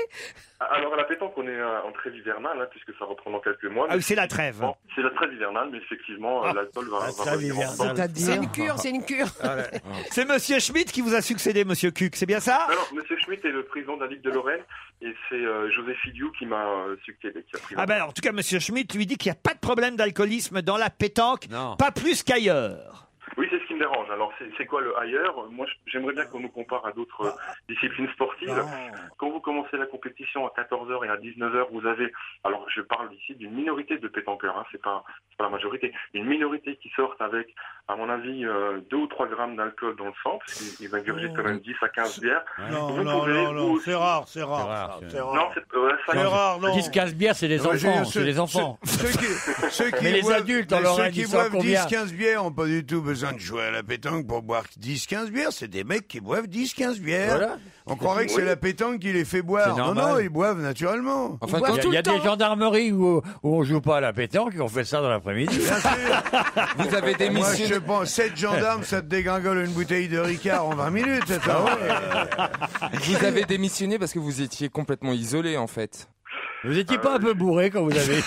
Alors, à la pétanque, on est euh, en trêve hivernale, hein, puisque ça reprend dans quelques mois. Ah oui, c'est la trêve. Bon, c'est la trêve hivernale, mais effectivement, euh, l'alcool va. ah, la va trêve revenir en hivernale. force. C'est-à-dire C'est une cure, c'est une cure. C'est Monsieur Schmitt qui vous a succédé, Monsieur Cuc, c'est bien Ah, ça Alors, Monsieur Schmitt est le président de la Ligue de Lorraine, et c'est euh, José Fidiou qui m'a euh, succédé. Qui a pris la- Ah ben en tout cas, Monsieur Schmitt lui dit qu'il n'y a pas de problème d'alcoolisme dans la pétanque, pas plus qu'ailleurs. Oui, c'est ce qui me dérange. Alors, c'est- c'est quoi le ailleurs Moi, je- j'aimerais bien qu'on nous compare à d'autres euh, disciplines sportives. Quand vous commencez la compétition à 14h et à 19h, vous avez, alors je parle ici d'une minorité de pétanqueurs, hein, c'est pas, c'est pas la majorité, une minorité qui sortent avec, à mon avis, 2 ou 3 grammes d'alcool dans le sang, parce qu'ils ils Oh. ingurgitent quand même 10 à 15 bières. Non, Hein Vous non, pouvez, non, non, vous- c'est rare, c'est rare. ça, C'est Non, c'est euh, ça- C'est rare, non. 10-15 bières, c'est les Ouais, Ah, je veux enfants. dire, ceux- C'est les enfants. ceux- Ceux qui, ceux qui Mais les boivent- adultes, en mais Lorraine, ceux qui ils sont à boivent combien 10-15 bières n'ont pas du tout besoin de jouer à la pétanque pour boire 10-15 bières. C'est des mecs qui boivent 10-15 bières. Voilà. On croirait que c'est Oui. la pétanque qui les fait C'est boire. Non, normal. non, ils boivent naturellement. Enfin, il y a, il y a des gendarmeries où, où on joue pas à la pétanque et on fait ça dans l'après-midi. Vous avez des Moi, missiles. je pense, 7 gendarmes, ça te dégringole une bouteille de Ricard en 20 minutes. c'est Ah ça, ouais. Vous avez démissionné parce que vous étiez complètement isolé en fait. Vous n'étiez pas un peu bourré quand vous avez.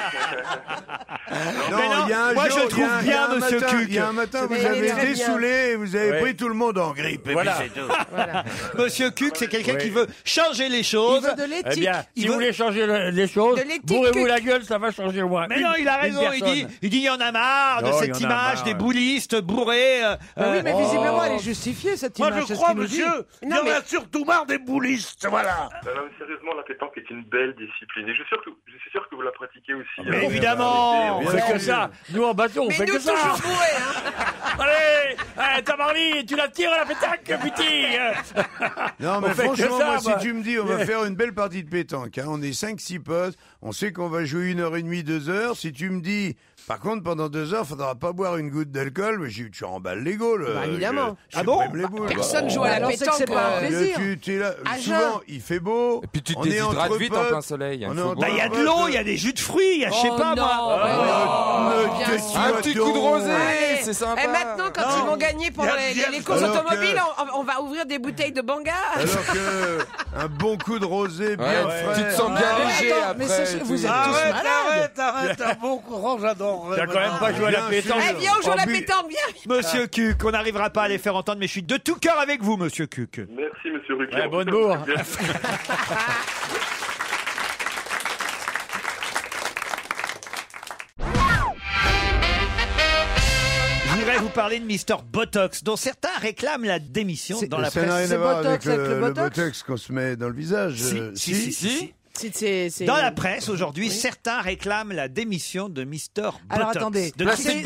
Euh, Non, Mais non, il y a un moi, jour, je le trouve il y a bien, un- il y a un monsieur matin- Cuc. Il y a un matin, vous Mais il est avez très été bien. saoulé et vous avez Ouais. pris tout le monde en grippe. Et Voilà. puis c'est tout. Monsieur Cuc, c'est quelqu'un qui veut changer les choses. Il veut de l'éthique. Eh bien, si vous voulez changer le- les choses, De l'éthique bourrez-vous Cuc. la gueule, ça va changer moi. Mais Une- non, il a une raison. Il personne. dit, il dit, il y en a marre de Oh, cette il y en a image marre, des ouais. boulistes bourrés. euh, Bah oui, mais euh, visiblement, oh. elle est justifiée, cette Moi, image. je c'est ce crois, qu'il nous dit. monsieur, il y en a surtout marre des boulistes, voilà. Non, non, mais sérieusement, la pétanque est une belle discipline. Et je suis sûr que, je suis sûr que vous la pratiquez aussi. Mais Euh, évidemment, on bien fait sûr. que ça. Nous en bateau, on fait que ça. Allez, allez Tamarly, tu la tires à la pétanque, putain. Non, On mais fait que franchement, ça, moi, moi. si tu me dis, on va faire une belle partie de pétanque, hein, on est 5-6 postes, on sait qu'on va jouer une heure et demie, deux heures. Si tu me dis, par contre, pendant deux heures, faudra pas boire une goutte d'alcool, mais j'ai- tu remballes les gaules. Bah, euh, évidemment. je- je supprime les boules. personne Bah, joue à la alors, c'est que pétanque, c'est pas un euh, plaisir. le- tu- tu es là- À Souvent, jeun. il fait beau. Et puis tu te on est déshydrates entre vite en potes, plein soleil, hein, on est faut Oh, entre Bah, il y a de potes. l'eau, il y a des jus de fruits, il y a, je sais Oh pas non, moi. oh. mais ne non. te sois Bien sûr. Un petit coup de donc. rosé, Ah, Allez. c'est sympa. Et Eh, maintenant, quand ils vont gagner pour Bien, les, bien. les courses Alors que- automobiles, on, on va ouvrir des bouteilles de banga. Alors que un bon coup de rosé bien Ouais, frais. tu te sens bien Ah, léger attends, après, mais c'est- tu- vous êtes tous Arrête, malades. arrête, arrête, un bon courant, j'adore. Ah, T'as quand même pas joué à la euh, Bien sûr. pétanque. Eh, viens, on joue à la En bu- pétanque, viens. Monsieur Cuc, on n'arrivera pas à les faire entendre, mais je suis de tout cœur avec vous, monsieur Cuc. Merci, monsieur Ruquier. Ouais, bonne bourre. Je voudrais vous parler de Mister Botox, dont certains réclament la démission dans la ça n'a presse. rien à voir avec le, le botox, qu'on se met dans le visage. Si, euh, si, si, si. C'est- c'est- c'est- Dans la presse aujourd'hui, certains réclament la démission de Mister Botox. Alors attendez, de c'est- c'est- C'est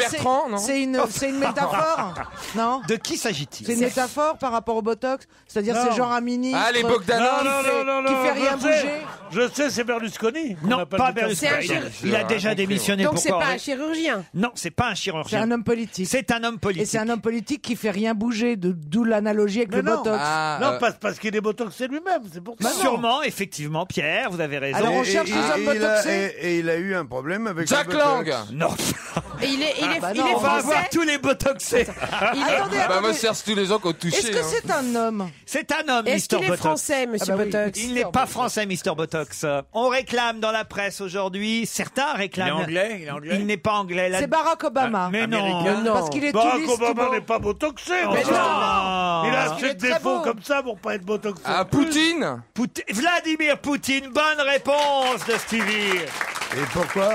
une, c'est une métaphore Non De qui s'agit-il C'est une métaphore par rapport au Botox C'est-à-dire Non. c'est genre un ministre Ah, les qui, Bogdanov. Non, fait, non, non, non, qui non, fait je rien sais. bouger Je sais, c'est Berlusconi. qu'on Non, appelle pas le terme. Berlusconi. Il a- Il a déjà démissionné. Donc, c'est Pourquoi pas un chirurgien. Non, c'est pas un chirurgien. C'est un homme politique. C'est un homme politique. Et c'est un homme politique qui fait rien bouger, de- d'où l'analogie avec Mais le non, Botox. Ah, Ah, euh. non euh, parce, parce qu'il est botoxé lui-même, c'est pour ça. Sûrement, effectivement, Pierre, vous avez raison. Et- et- et il a- Et, et il a eu un problème avec Jack le botox. Lang. Non. Et il est, il est, Ah, bah il non, est on va français. avoir tous les botoxés. Ah Il est- Attendez, Bah, moi, attendez. c'est tous les gens qui ont touché. Est-ce que hein. c'est un homme C'est un homme, Est-ce Mister qu'il est Botox. français, monsieur Ah bah oui. Botox Il n'est pas français, Mister Botox. On réclame dans la presse aujourd'hui, certains réclament. Il est anglais, il est anglais Il n'est pas anglais. la- C'est Barack Obama. Ah, Mais non. Américain. Mais non. Parce qu'il est tout Barack lisse, tout Obama beau. n'est pas botoxé. Mais monsieur. non. Il a Parce qu'il assez de est très défauts beau. comme ça pour pas être botoxé. Ah, Poutine Poutine- Vladimir Poutine, bonne réponse de Stevie. Et pourquoi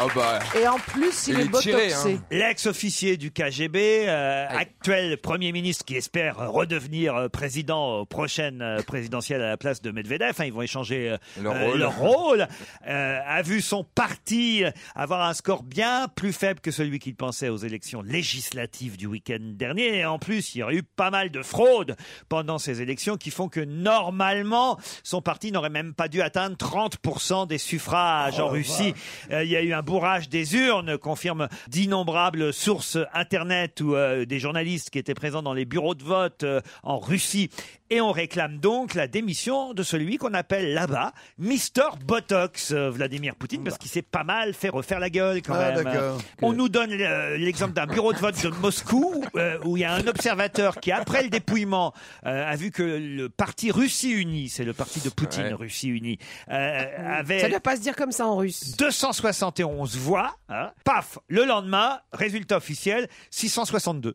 Ah bah. Et en plus, il, Il est, est tiré, botoxé. hein. L'ex-officier du KGB, euh, actuel Premier ministre qui espère euh, redevenir euh, président aux prochaines euh, présidentielles à la place de Medvedev, hein, ils vont échanger euh, Leur euh, rôle. leur rôle, euh, a vu son parti euh, avoir un score bien plus faible que celui qu'il pensait aux élections législatives du week-end dernier. Et en plus, il y aurait eu pas mal de fraudes pendant ces élections qui font que normalement, son parti n'aurait même pas dû atteindre 30% des suffrages Oh en Russie. Euh, Il y a eu un bourrage des urnes, confirme d'innombrables sources Internet ou euh, des journalistes qui étaient présents dans les bureaux de vote euh, en Russie Et on réclame donc la démission de celui qu'on appelle là-bas Mister Botox, euh, Vladimir Poutine, parce qu'il s'est pas mal fait refaire la gueule quand Bah. Ah, même. d'accord. On nous donne euh, l'exemple d'un bureau de vote de Moscou euh, où il y a un observateur qui, après le dépouillement, euh, a vu que le parti Russie Unie, c'est le parti de Poutine, Russie Unie, euh, avait Ça ne doit pas se dire comme ça en russe. 271 voix. hein. Paf, le lendemain, résultat officiel, 662. Euh,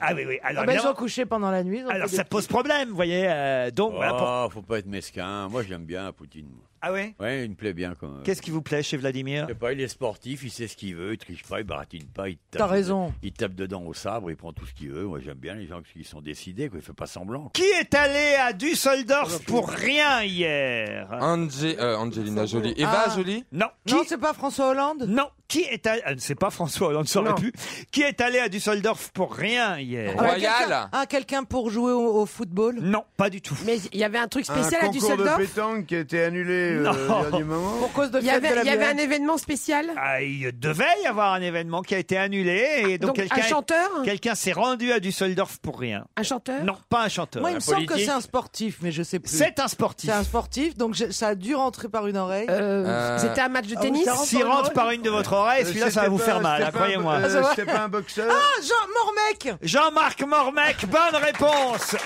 Ah oui, oui. Alors, Ah ben, ils évidemment, ont couché pendant la nuit. ils ont alors fait ça des- pose problème, vous voyez. euh, donc, Oh, voilà pour- faut pas être mesquin. Moi, j'aime bien Poutine. moi. Ah ouais Ouais, il me plaît bien quand même. Qu'est-ce qui vous plaît chez Vladimir Je sais pas, il est sportif, il sait ce qu'il veut, il triche pas, il baratine pas, il tape. T'as raison. Il tape dedans au sabre, il prend tout ce qu'il veut. Moi, j'aime bien les gens qui sont décidés, quoi. Il fait pas semblant. Qui est allé à Düsseldorf pour rien hier Angé- euh, Angelina Jolie. Eva Ah. Jolie Non. Non, c'est pas François Hollande Non. Qui est allé... ah, C'est pas François Hollande, ça aurait pu. Qui est allé à Düsseldorf pour rien hier Ah, bah, quelqu'un- Ah, quelqu'un pour jouer au, au football Non, pas du tout. Mais il y avait un truc un concours de pétanque qui a été annulé euh, Non. au dernier moment. Pour cause de Il y avait, il y avait un événement spécial Ah, il devait y avoir un événement qui a été annulé et donc, Donc, un quelqu'un chanteur quelqu'un s'est rendu à Düsseldorf pour rien. Un chanteur Non, pas un chanteur. Ah. Moi, il me semble que c'est un sportif, mais je sais plus. euh, C'est un sportif. C'est un sportif, donc je- ça a dû rentrer par une oreille. Ah Euh, c'était un match de tennis S'il rentre par une de votre oreille, Euh, celui-là, ça va c'était vous pas- faire mal, c'était hein, pas un- croyez-moi. euh, Ah, C'était pas un boxeur Ah, Jean Mormec Jean-Marc Mormec, bonne réponse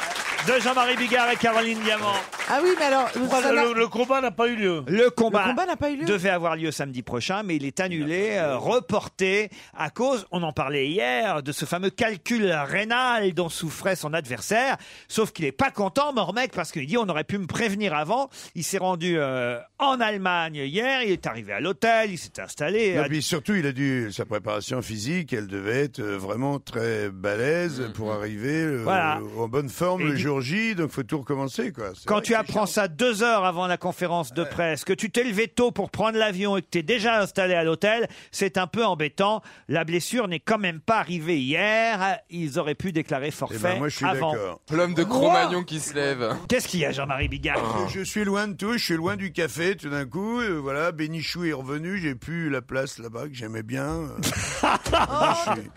de Jean-Marie Bigard et Caroline Diamant. Ah oui, mais alors. ça n'a- combat n'a pas eu lieu. Le combat, Le combat n'a pas eu lieu. devait avoir lieu samedi prochain, mais il est annulé, euh, reporté à cause, on en parlait hier, de ce fameux calcul rénal dont souffrait son adversaire. Sauf qu'il n'est pas content, Mormec, parce qu'il dit on aurait pu me prévenir avant. Il s'est rendu euh, en Allemagne hier, il est arrivé à l'hôtel, il s'est installé. euh, Et à- puis surtout, il a dû sa préparation physique, elle devait être euh, vraiment très balèze Mm, pour arriver euh, Voilà. en bonne forme Et le dit- jour J. Donc faut tout recommencer quoi. C'est Quand vrai tu apprends ça deux heures avant la conférence de presse, que tu t'es levé tôt pour prendre l'avion et que tu es déjà installé à l'hôtel, c'est un peu embêtant. La blessure n'est quand même pas arrivée hier. Ils auraient pu déclarer forfait Eh ben, moi, je suis avant. d'accord. L'homme de Cro-Magnon qui se lève. Qu'est-ce qu'il y a, Jean-Marie Bigard Parce que Je suis loin de tout, je suis loin du café tout d'un coup. euh, voilà, Bénichou est revenu, j'ai plus la place là-bas que j'aimais bien. euh. je suis-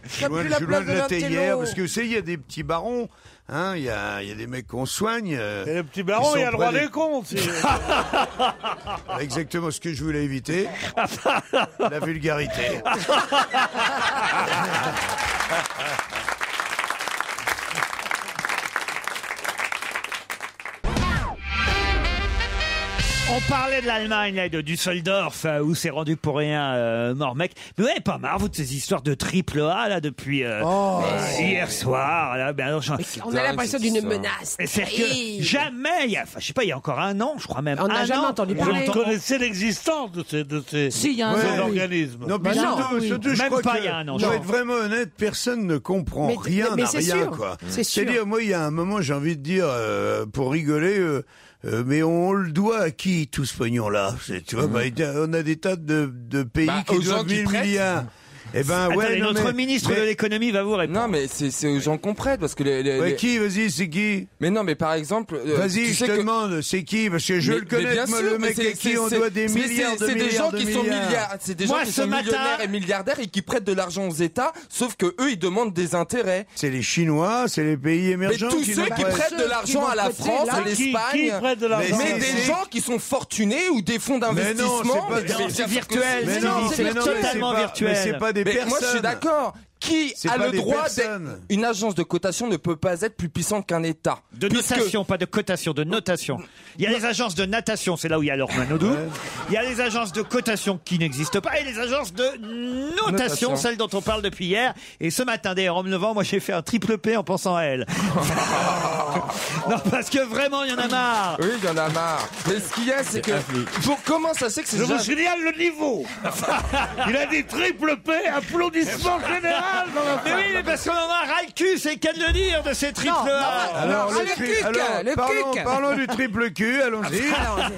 je suis Oh, t'as loin, plus je la suis loin place de de la Lancelot. théière parce que vous savez, il y a des petits barons. hein, Il y, a, il y a des mecs qu'on soigne. euh, Et le petit qui baron, sont Bah, il a le droit près des cons. c'est- Voilà Exactement ce que je voulais éviter. la vulgarité. On parlait de l'Allemagne là, et de Düsseldorf euh, où c'est rendu pour rien euh, Mormec. Mais vous n'avez pas marre vous de ces histoires de triple A là depuis euh, Oh. euh, hier soir là. Ben, alors, j'en- On a l'impression d'une menace. Et C'est que terrible. jamais, il y a, enfin, je sais pas, il y a encore un an, je crois même. On n'a un jamais an, entendu on parler. entend- Vous connaissez l'existence de ces, de ces, Si, il y a un ces oui. organismes. Non, puis surtout, surtout, je crois que, Non. Pour être vraiment honnête, personne ne comprend Mais- rien mais- mais à c'est rien, sûr, quoi. c'est sûr. C'est-à-dire, moi, il y a un moment, j'ai envie de dire, euh, pour rigoler, euh, euh, mais on le doit à qui, tout ce pognon-là C'est- Tu vois, bah, il y a- on a des tas de, de pays Mhm. Bah, qui aux gens doivent qui 1000 prêtent. milliards. Eh ben, Attendez, ouais, non, notre mais- ministre mais- de l'économie va vous répondre. Non, mais c'est c'est aux gens qu'on prête parce que les. les- Ouais, les- qui Vas-y, c'est qui Mais non, mais par exemple. euh, Vas-y, tu je sais te que- demande, c'est qui Parce que je Mais- le mais connais, bien moi, sûr, le mais mec c'est- à qui c'est- on c'est- doit mais des c'est- milliards de C'est des gens milliards de qui sont milliards. milliardaires, c'est des gens Moi, qui ce sont matin- millionnaires et milliardaires et qui prêtent de l'argent aux États, sauf que eux ils demandent des intérêts. C'est les Chinois, c'est les pays Mais émergents. tous ceux nous qui prêtent de l'argent à la France, à l'Espagne, mais des gens qui sont fortunés ou des fonds Mais non, d'investissement, c'est mais pas- bien c'est sûr que virtuel, si. mais non, c'est virtuel. virtuel. totalement virtuel. Mais moi, je Moi, je suis suis d'accord. Qui C'est a pas le des droit personnes. d'être une agence de cotation ne peut pas être plus puissante qu'un État. De notation, pas de cotation, de notation. Il y a les agences de natation, c'est là où il y a l'Orman Odou. Il y a les agences de cotation qui n'existent pas et les agences de notation, Notation. celles dont on parle depuis hier. Et ce matin, d'ailleurs, en me levant, moi j'ai fait un triple P en pensant à elle. non, parce que vraiment, il y en a marre. Oui, il y en a marre. Mais ce qu'il y a, c'est que pour comment ça c'est que c'est Je vous déjà- signale le niveau. Il a dit triple P, applaudissement général dans la Mais oui, mais parce qu'on en a ras le cul, c'est qu'à de le dire, de ces triples A. Alors, le, Ah, tri- alors, parlons, parlons du triple Q, allons-y.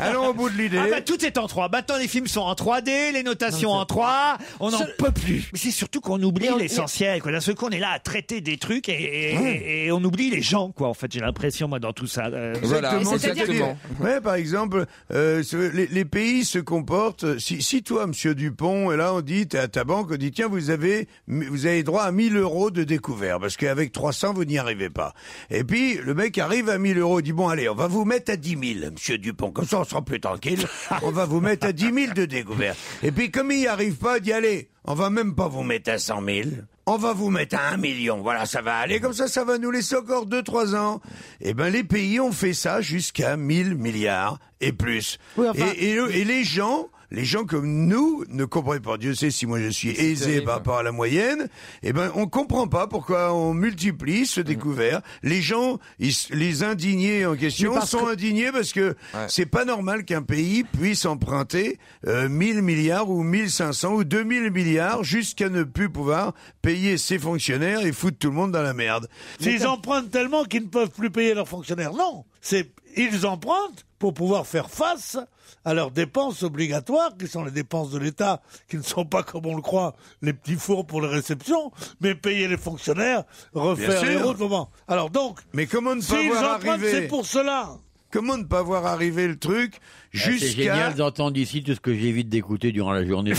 Allons au bout de l'idée. Ah bah, tout est en 3. Maintenant, les films sont en 3D, les notations en 3. On n'en peut plus. Mais c'est surtout qu'on oublie l'essentiel. quoi. D'un seul coup, on est là à traiter des trucs et, et- et- et on oublie les gens, quoi. En fait, j'ai l'impression, moi, dans tout ça. euh, Exactement, c'est-à-dire- Ouais, par exemple, euh, ce- les, les pays se comportent. Si, si toi, Monsieur Dupont, et là on dit, t'es à ta banque, on dit tiens, vous avez, vous avez droit à 1000 euros de découvert, parce qu'à avec 300, vous n'y arrivez pas. Et puis, le mec arrive à 1000 euros, il dit, bon, allez, on va vous mettre à 10 000, monsieur Dupont, comme ça on sera plus tranquille, on va vous mettre à 10 000 de découvert. Et puis, comme il n'y arrive pas, il dit, allez, on va même pas vous mettre à 100 000, on va vous mettre à 1 million, voilà, ça va aller, comme ça, ça va nous laisser encore 2-3 ans. Eh ben, les pays ont fait ça jusqu'à 1000 milliards et plus. Oui, enfin- Et- et- et les gens, les gens comme nous ne comprennent pas. Dieu sait si moi je suis aisé par rapport à la moyenne, eh ben on comprend pas pourquoi on multiplie ce découvert. Les gens, ils s- les indignés en question Mais parce sont que- indignés parce que c'est pas normal qu'un pays puisse emprunter euh, 1000 milliards ou 1500 ou 2000 milliards jusqu'à ne plus pouvoir payer ses fonctionnaires et foutre tout le monde dans la merde. S'ils empruntent tellement qu'ils ne peuvent plus payer leurs fonctionnaires, non. C'est ils empruntent pour pouvoir faire face à leurs dépenses obligatoires, qui sont les dépenses de l'État, qui ne sont pas, comme on le croit, les petits fours pour les réceptions, mais payer les fonctionnaires, refaire Bien les sûr. routes. Moment. Alors donc, mais comment ne pas s'ils voir empruntent, arriver c'est pour cela. Comment ne pas voir arriver le truc Ah, C'est jusqu'à génial d'entendre ici tout ce que j'évite d'écouter durant la journée.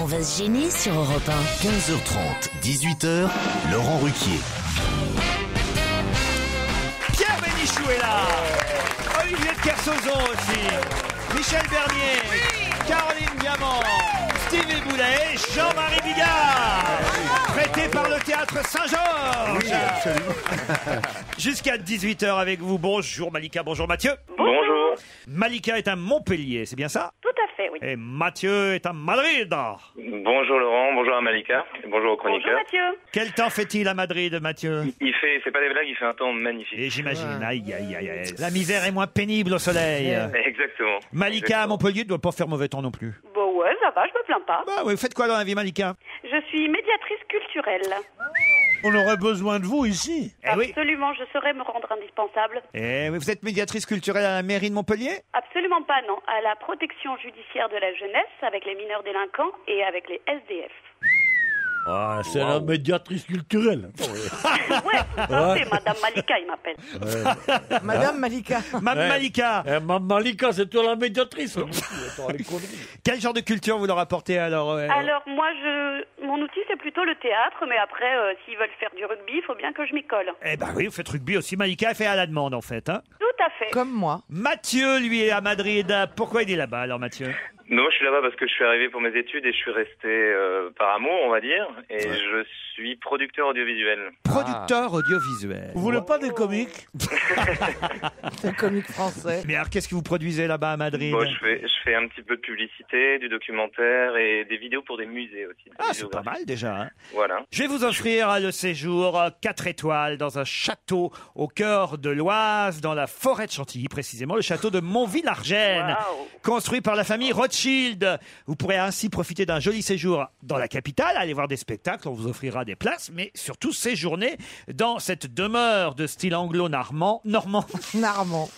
On va se gêner sur Europe 1. 15h30, 18h, Laurent Ruquier. Pierre Bénichou est là Olivier de Kersauzon aussi Michel Bernier Caroline Diamant Stevie Boulet et Jean-Marie Bigard Prêté par le Théâtre Saint-Georges Jusqu'à 18h avec vous. Bonjour Malika, bonjour Mathieu Bonjour Malika est à Montpellier, c'est bien ça Tout à fait, oui. Et Mathieu est à Madrid Bonjour Laurent, bonjour à Malika, bonjour aux chroniqueurs. Mathieu. Quel temps fait-il à Madrid, Mathieu Il fait, c'est pas des blagues, il fait un temps magnifique. Et j'imagine, aïe aïe aïe aïe. La misère est moins pénible au soleil Exactement. Malika à Montpellier ne doit pas faire mauvais temps non plus. Bon, ouais, ça va, je me plains pas. Ah oui, vous faites quoi dans la vie, Malika Je suis médiatrice culturelle. On aurait besoin de vous ici. Ah Absolument, je saurais me rendre indispensable. Eh oui, vous êtes médiatrice culturelle à la mairie de Montpellier Absolument pas, non. À la protection judiciaire de la jeunesse, avec les mineurs délinquants et avec les SDF. Ah, c'est la médiatrice culturelle. Oh, Ah, C'est Madame Malika, il m'appelle. Madame Malika. Ah, Madame Malika. Madame Eh, Malika, c'est toi la médiatrice. Oh, Quel genre de culture vous leur apportez alors euh, Alors moi, je, mon outil c'est plutôt le théâtre, mais après, euh, s'ils veulent faire du rugby, il faut bien que je m'y colle. Eh ben oui, vous faites rugby aussi. Malika fait à la demande en fait. Hein Tout à fait. Comme moi. Mathieu, lui, est à Madrid. Pourquoi il est là-bas alors, Mathieu Non, je suis là-bas parce que je suis arrivé pour mes études et je suis resté euh, par amour, on va dire, et je suis producteur audiovisuel. Producteur audiovisuel. Vous voulez pas des comiques Des comiques français. Mais alors, qu'est-ce que vous produisez là-bas à Madrid Bon, je fais, je fais un petit peu de publicité, du documentaire et des vidéos pour des musées aussi. des Ah, c'est pas bibliographies. mal déjà. hein. Voilà. Je vais vous offrir le séjour 4 étoiles dans un château au cœur de l'Oise, dans la forêt de Chantilly, précisément le château de Montvillargennes, construit par la famille Rothschild. Vous pourrez ainsi profiter d'un joli séjour dans la capitale, aller voir des spectacles, on vous offrira des places, mais surtout séjourner dans cette demeure de style anglo-normand. Normand. Normand.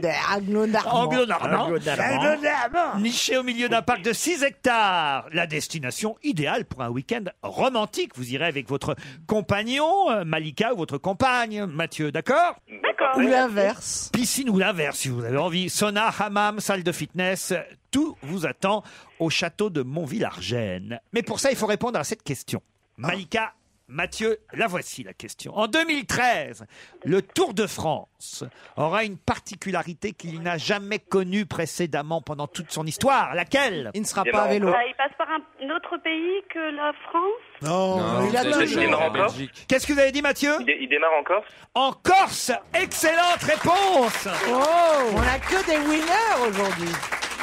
Des anglo-normands. Anglo-normand. Anglo-normands. Niché au milieu d'un parc de 6 hectares. La destination idéale pour un week-end romantique. Vous irez avec votre compagnon, euh, Malika, ou votre compagne, Mathieu, d'accord D'accord. Ou l'inverse. Piscine ou l'inverse, si vous avez envie. Sauna, hammam, salle de fitness, tout vous attend au château de Montvillargennes. Mais pour ça, il faut répondre à cette question. Malika, Mathieu, la voici la question. En 2013, le Tour de France aura une particularité qu'il n'a jamais connue précédemment pendant toute son histoire. Laquelle Il ne sera Ah, il passe par un, un autre pays que la France. Non, Non, il a il- il toujours- démarre en Corse Qu'est-ce que vous avez dit, Mathieu Il, dé- il démarre en Corse En Corse Excellente réponse Oh, on a que des winners aujourd'hui.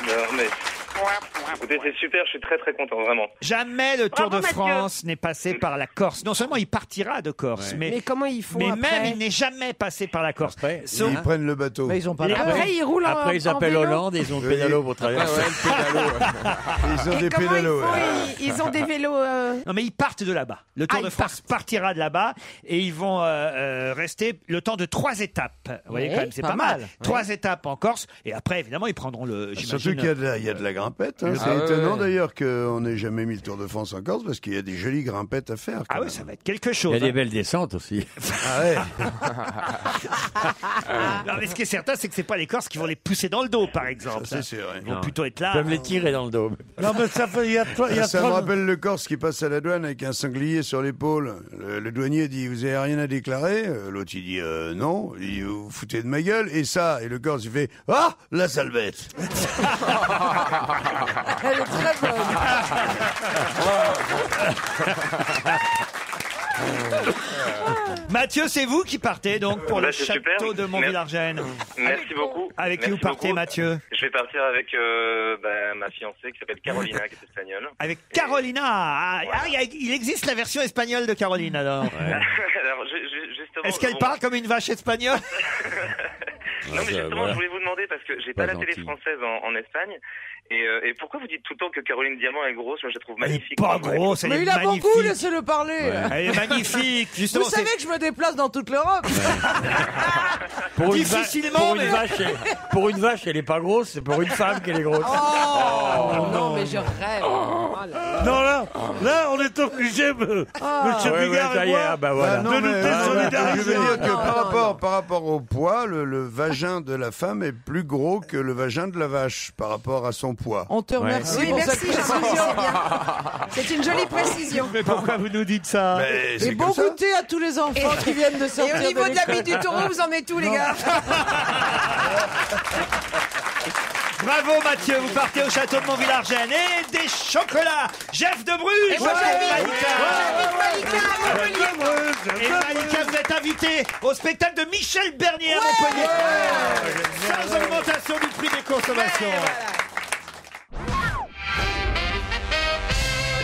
Non, mais... Écoutez, c'est super, je suis très très content, vraiment. Jamais le Tour de Mathieu. France n'est passé par la Corse. Non seulement il partira de Corse, mais, Mais comment ils font Mais après même il n'est jamais passé par la Corse. Ils prennent le bateau. Mais ils ont pas la- Après, ils roulent en- Après, ils en appellent vélo. Hollande et ils ont le pédalo pour traverser. Ils ont Et des comment ils pédalos. font, ouais. ils- ils ont des vélos. euh, Non, mais ils partent de là-bas. Le Tour de France partira de là-bas et ils vont euh, euh, rester le temps de trois étapes. Vous voyez, Ouais, quand même, c'est pas, pas mal. mal. Ah, Trois étapes en Corse et après, évidemment, ils prendront le. j'imagine, Ah, Surtout qu'il y a de la, il y a de la grimpette. hein, le Ah c'est étonnant d'ailleurs qu'on n'ait jamais mis le Tour de France en Corse parce qu'il y a des jolies grimpettes à faire. Ah oui, ça va être quelque Il chose. y a des hein. belles descentes aussi. Ah ouais. Ah, Non, mais ce qui est certain, c'est que c'est pas les Corses qui vont les pousser dans le dos, par exemple. Ça, c'est sûr, hein. Ils vont Non. plutôt être là. Ils peuvent les tirer dans le dos. Non, mais ça fait. Il y a trois- il y a ça me trois- rappelle le Corse qui passe à la douane avec un sanglier sur l'épaule. Le, le douanier dit Vous avez rien à déclarer Euh, L'autre il dit Euh, Non. Il dit, Vous vous foutez de ma gueule Et ça, et le Corse il fait Ah La sale bête Elle est très Mathieu, c'est vous qui partez donc pour Bah, le c'est château super. de Mer- Montvillargène. Merci beaucoup. Avec qui Merci vous partez, beaucoup. Mathieu Je vais partir avec euh, bah, ma fiancée qui s'appelle Carolina, qui est espagnole. Avec Carolina. Ah, ah, il y a- il existe la version espagnole de Caroline alors. Alors, ju- ju- justement. Est-ce qu'elle bon, parle comme une vache espagnole Non, mais justement, voilà. je voulais vous demander parce que j'ai pas, Pas la télé gentil. française en, en Espagne. Et, euh, et pourquoi vous dites tout le temps que Caroline Diamant est grosse Moi, je la trouve magnifique. pas Moi, je- grosse, Mais il a bon goût, laissez-le parler. Ouais. Elle est magnifique, justement, Vous c'est- savez que je me déplace dans toute l'Europe. Pour une va- Difficilement, pour, mais- une vache, elle, pour une vache, elle est pas grosse, c'est pour une femme qu'elle est grosse. Oh. Oh, non, mais je rêve. Non, là, là, on est obligé, me- Ah. monsieur Ouais, ouais, Bigard ça et y est, moi, ah bah voilà. de Bah non, nous mais- Je veux désolidariser. dire que par, rapport, par rapport au poids, le, le vagin de la femme est plus gros que le vagin de la vache par rapport à son poids. On te remercie Ah Oui, pour merci, cette Jean-Pierre. C'est une jolie précision. Mais pourquoi vous nous dites ça Mais Et bon goûter à tous les enfants Et- qui viennent de sortir Et au niveau de la bite l'école. du taureau, vous en mettez tout, les Non. gars. Bravo Mathieu, vous partez au château de Montvillargène et des chocolats. Jeff de Bruges. Et moi, j'invite- Malika. Ouais, j'invite Malika à Montpellier. Et Malika, vous êtes invité au spectacle de Michel Bernier à Montpellier. Sans augmentation du prix des consommations.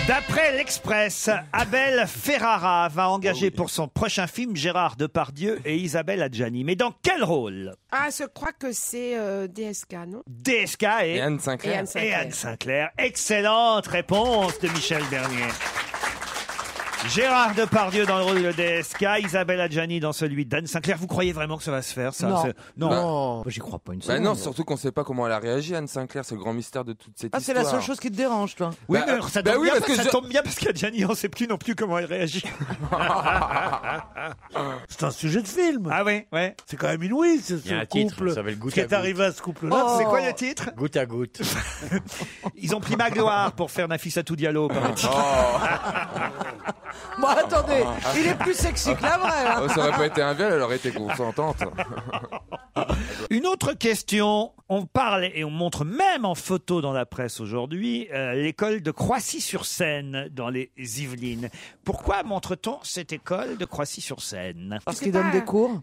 D'après l'Express, Abel Ferrara va engager pour son prochain film Gérard Depardieu et Isabelle Adjani. Mais dans quel rôle Ah, je crois que c'est euh, DSK, non DSK et, Anne Sinclair. Et Anne Sinclair. Et Anne Sinclair. Excellente réponse de Michel Bernier. Gérard Depardieu dans le rôle de DSK, Isabelle Adjani dans celui d'Anne Sinclair. Vous croyez vraiment que ça va se faire ça Non. C'est- Non. j'y crois pas une Bah non, surtout qu'on sait pas comment elle a réagi, Anne Sinclair, c'est le grand mystère de toute cette Ah, c'est histoire. la seule chose qui te dérange, toi. Oui, Bah, mais alors, ça bah tombe oui, bien, parce parce que que ça je- tombe bien parce qu'Adjani, on sait plus non plus comment elle réagit. C'est un sujet de film. Ah oui, ouais. C'est quand même inouï, ce, Il y a ce un titre, couple. ça s'appelle Goutte ce qui à est goutte. arrivé à ce couple-là. Oh. Oh. C'est quoi le titre Goutte à goutte. Ils ont pris Magloire pour faire Nafissatou Diallo, paraît-il. Oh. Bon, attendez, il est plus sexy que la vraie. hein. Oh, ça aurait pas été un viol, elle aurait été consentante. Une autre question. On parle et on montre même en photo dans la presse aujourd'hui euh, l'école de Croissy-sur-Seine dans les Yvelines. Pourquoi montre-t-on cette école de Croissy-sur-Seine C'est pas-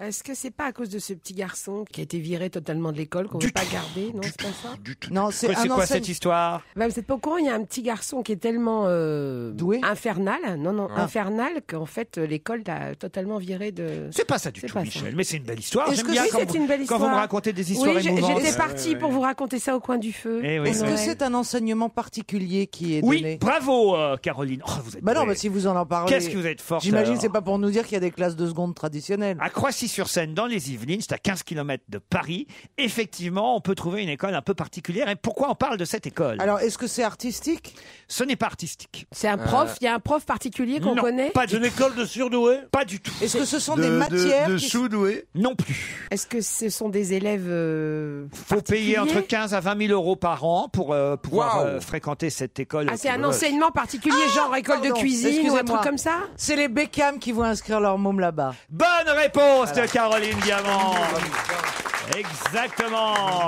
Est-ce que c'est pas à cause de ce petit garçon qui a été viré totalement de l'école qu'on veut pas garder Non, c'est pas ça Non, c'est C'est un quoi enseigne- cette histoire Bah, vous êtes pas au courant, il y a un petit garçon qui est tellement euh, infernal, non non, Ah. infernal qu'en fait euh, l'école l'a totalement viré de. C'est pas ça du tout, Michel, mais c'est une belle histoire. Est-ce J'aime que bien oui, quand, c'est vous- une belle quand histoire vous me racontez des histoires Oui, j'ai- émouvantes. j'étais partie pour vous raconter ça au coin du feu. Eh oui, Est-ce c'est que vrai. c'est un enseignement particulier qui est Oui, donné bravo euh, Caroline. Oh, vous êtes Bah non, douée. mais si vous en en parlez. Qu'est-ce que vous êtes forte J'imagine alors. c'est pas pour nous dire qu'il y a des classes de seconde traditionnelles. À Croissy-sur-Seine, dans les Yvelines, c'est à 15 km de Paris. Effectivement, on peut trouver une école un peu particulière. Et pourquoi on parle de cette école Alors, est-ce que c'est artistique Ce n'est pas artistique. Euh, C'est un prof, il y a un prof particulier qu'on Non, connaît Pas d'une école de surdoués Pas du tout. Est-ce que ce sont De- des de- matières de qui- sous-doués Non plus. Est-ce que ce sont des élèves euh, Faut payer entre 15 à 20 000 euros par an pour euh, pouvoir Waouh. euh, fréquenter cette école. Ah, c'est un enseignement particulier, genre école de Ah, Pardon, cuisine ou un excusez-moi. truc comme ça C'est les Beckham qui vont inscrire leur môme là-bas. Bonne réponse de Caroline Diamant. Exactement.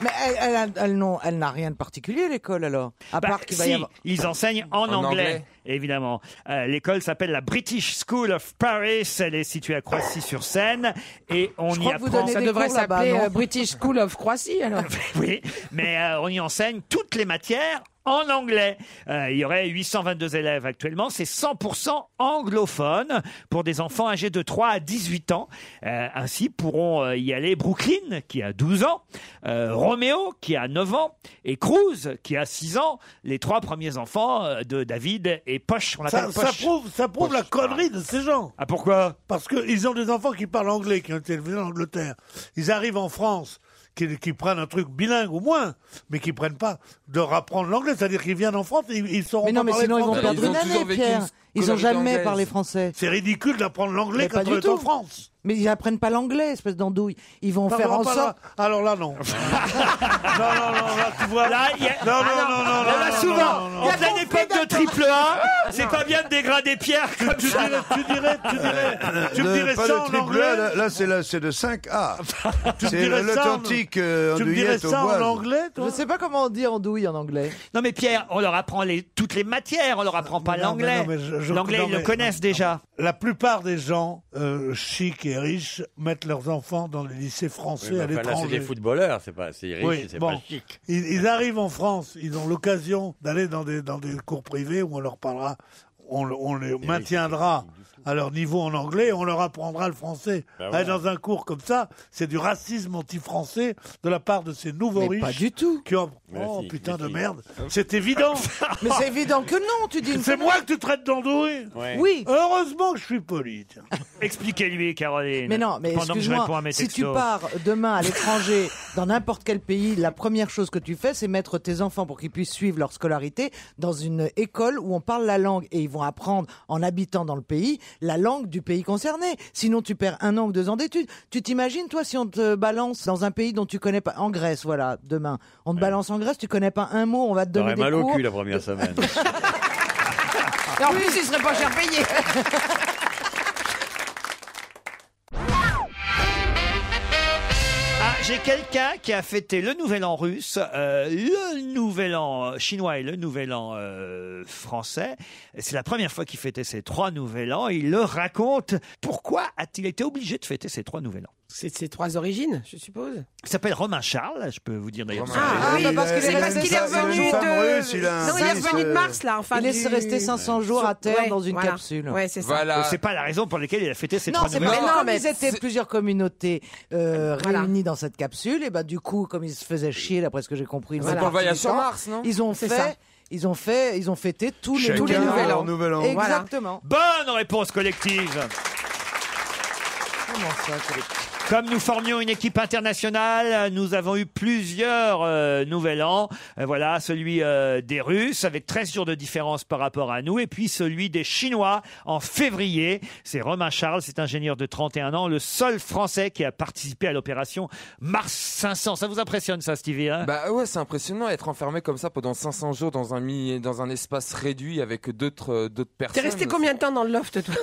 Mais elle, elle a- elle n'ont- elle n'a rien de particulier, l'école, alors À Bah, part qu'il va si, y avoir. Ils enseignent en, En anglais, anglais. évidemment. Euh, L'école s'appelle la British School of Paris. Elle est située à Croissy-sur-Seine et on y Je crois que vous apprend. donnez des cours là-bas, euh, non British School of Croissy alors. oui, mais euh, on y enseigne toutes les matières en anglais. Euh, il y aurait 822 élèves actuellement, c'est 100% anglophone pour des enfants âgés de 3 à 18 ans. Euh, ainsi pourront euh, y aller Brooklyn qui a 12 ans, euh, Roméo qui a 9 ans et Cruz qui a 6 ans, les trois premiers enfants euh, de David et Poche, on Ça, l'appelle ça Poche. prouve, ça prouve la connerie de ces gens. Ah pourquoi Parce qu'ils ont des enfants qui parlent anglais, qui ont été élevés en Angleterre. Ils arrivent en France, qui, qui prennent un truc bilingue au moins, mais qui prennent pas de rapprendre l'anglais. C'est-à-dire qu'ils viennent en France et ils, ils sauront Mais non, pas mais parler sinon, ils vont français. perdre une année, Pierre. Ils n'ont jamais parlé français. C'est ridicule d'apprendre l'anglais Mais quand pas on du est en tout. France. Mais ils apprennent pas l'anglais, espèce d'andouille. Ils vont Pas faire là, en pas sorte. là. Alors là, non. non, non, non, là, tu vois. Là, il y a- Non, non, Ah, non, non, Il y en non, a non, souvent. non, non, non. En pleine époque de triple A, c'est pas bien de dégrader Pierre comme tu ça. Euh, dirais- tu dirais- tu dirais- tu me Le- dirais pas ça le en triple A, anglais là, là, c'est la- c'est de 5A. Tu me C'est dirais ça en- l'authentique euh, tu me dirais andouillette au ça en voile. anglais, toi Je sais pas comment on dit andouille en anglais. Non mais Pierre, on leur apprend les- toutes les matières, on leur apprend pas Non, mais l'anglais. non, mais je- je- L'anglais, non, ils le mais- connaissent déjà. La plupart des gens euh, chics et riches mettent leurs enfants dans les lycées français Oui, mais à bah, enfin, là, c'est l'étranger. des footballeurs, c'est pas, c'est riche, Oui, c'est bon. pas chic. Ils, ils arrivent en France, ils ont l'occasion d'aller dans des, dans des cours privés où on leur parlera, on, le- on les maintiendra à leur niveau en anglais et on leur apprendra le français. Bah Aller voilà. Dans un cours comme ça, c'est du racisme anti-français de la part de ces nouveaux riches. Pas du tout. Qui ont... Mais Oh si, putain mais de si. merde, c'est évident. Mais c'est évident que non, tu dis une C'est connerie. moi que tu traites d'andouille Ouais. Oui. Heureusement que je suis poli. tiens. Expliquez-lui, Caroline. Mais non, mais pendant que je réponds à excuse-moi, mes si tu textos. pars demain à l'étranger, dans n'importe quel pays, la première chose que tu fais, c'est mettre tes enfants pour qu'ils puissent suivre leur scolarité dans une école où on parle la langue et ils vont apprendre, en habitant dans le pays, la langue du pays concerné. Sinon, tu perds un an ou deux ans d'études. Tu t'imagines, toi, si on te balance dans un pays dont tu connais pas, en Grèce, voilà, demain, on te balance en Grèce, tu connais pas un mot, on va te T'aurais donner des mal au cours. cul la première semaine. Et en plus, il serait pas cher payé. Ah, j'ai quelqu'un qui a fêté le nouvel an russe, euh, le nouvel an euh, chinois et le nouvel an euh, français. Et C'est la première fois qu'il fêtait ces trois nouvel ans. Il le raconte. Pourquoi a-t-il été obligé de fêter ces trois nouvel ans C'est de ses trois origines, je suppose. Il s'appelle Romain Charles, je peux vous dire d'ailleurs. Ah, ah, bah, parce qu'il est, parce qu'il est revenu de. Euh, non, il est revenu de Mars, euh, là, enfin. Il est du- resté 500 jours à terre dans une voilà. capsule. Ouais, c'est ça. Donc, Euh, C'est pas la raison pour laquelle il a fêté ces Non, trois c'est nouvel pas an. non, mais ils étaient plusieurs communautés euh, réunies dans cette capsule. Et bah du coup, comme ils se faisaient chier, d'après ce que j'ai compris, C'est voilà, pour le voyage tout sur temps, Mars, non Ils ont C'est fait, ça. ils ont fait, ils ont fêté tous les Chacun tous les leur nouvel an. nouvel an. Voilà. Exactement. Bonne réponse collective. Comment ça, Philippe Comme nous formions une équipe internationale, nous avons eu plusieurs euh, nouvel an. Euh, voilà, celui euh, des Russes avec 13 jours de différence par rapport à nous et puis celui des Chinois en février. C'est Romain Charles, cet ingénieur de 31 ans, le seul Français qui a participé à l'opération Mars 500. Ça vous impressionne ça, Stevie hein Bah ouais, c'est impressionnant être enfermé comme ça pendant 500 jours dans un mi- dans un espace réduit avec d'autres euh, d'autres T'es personnes. resté combien de temps dans le loft, toi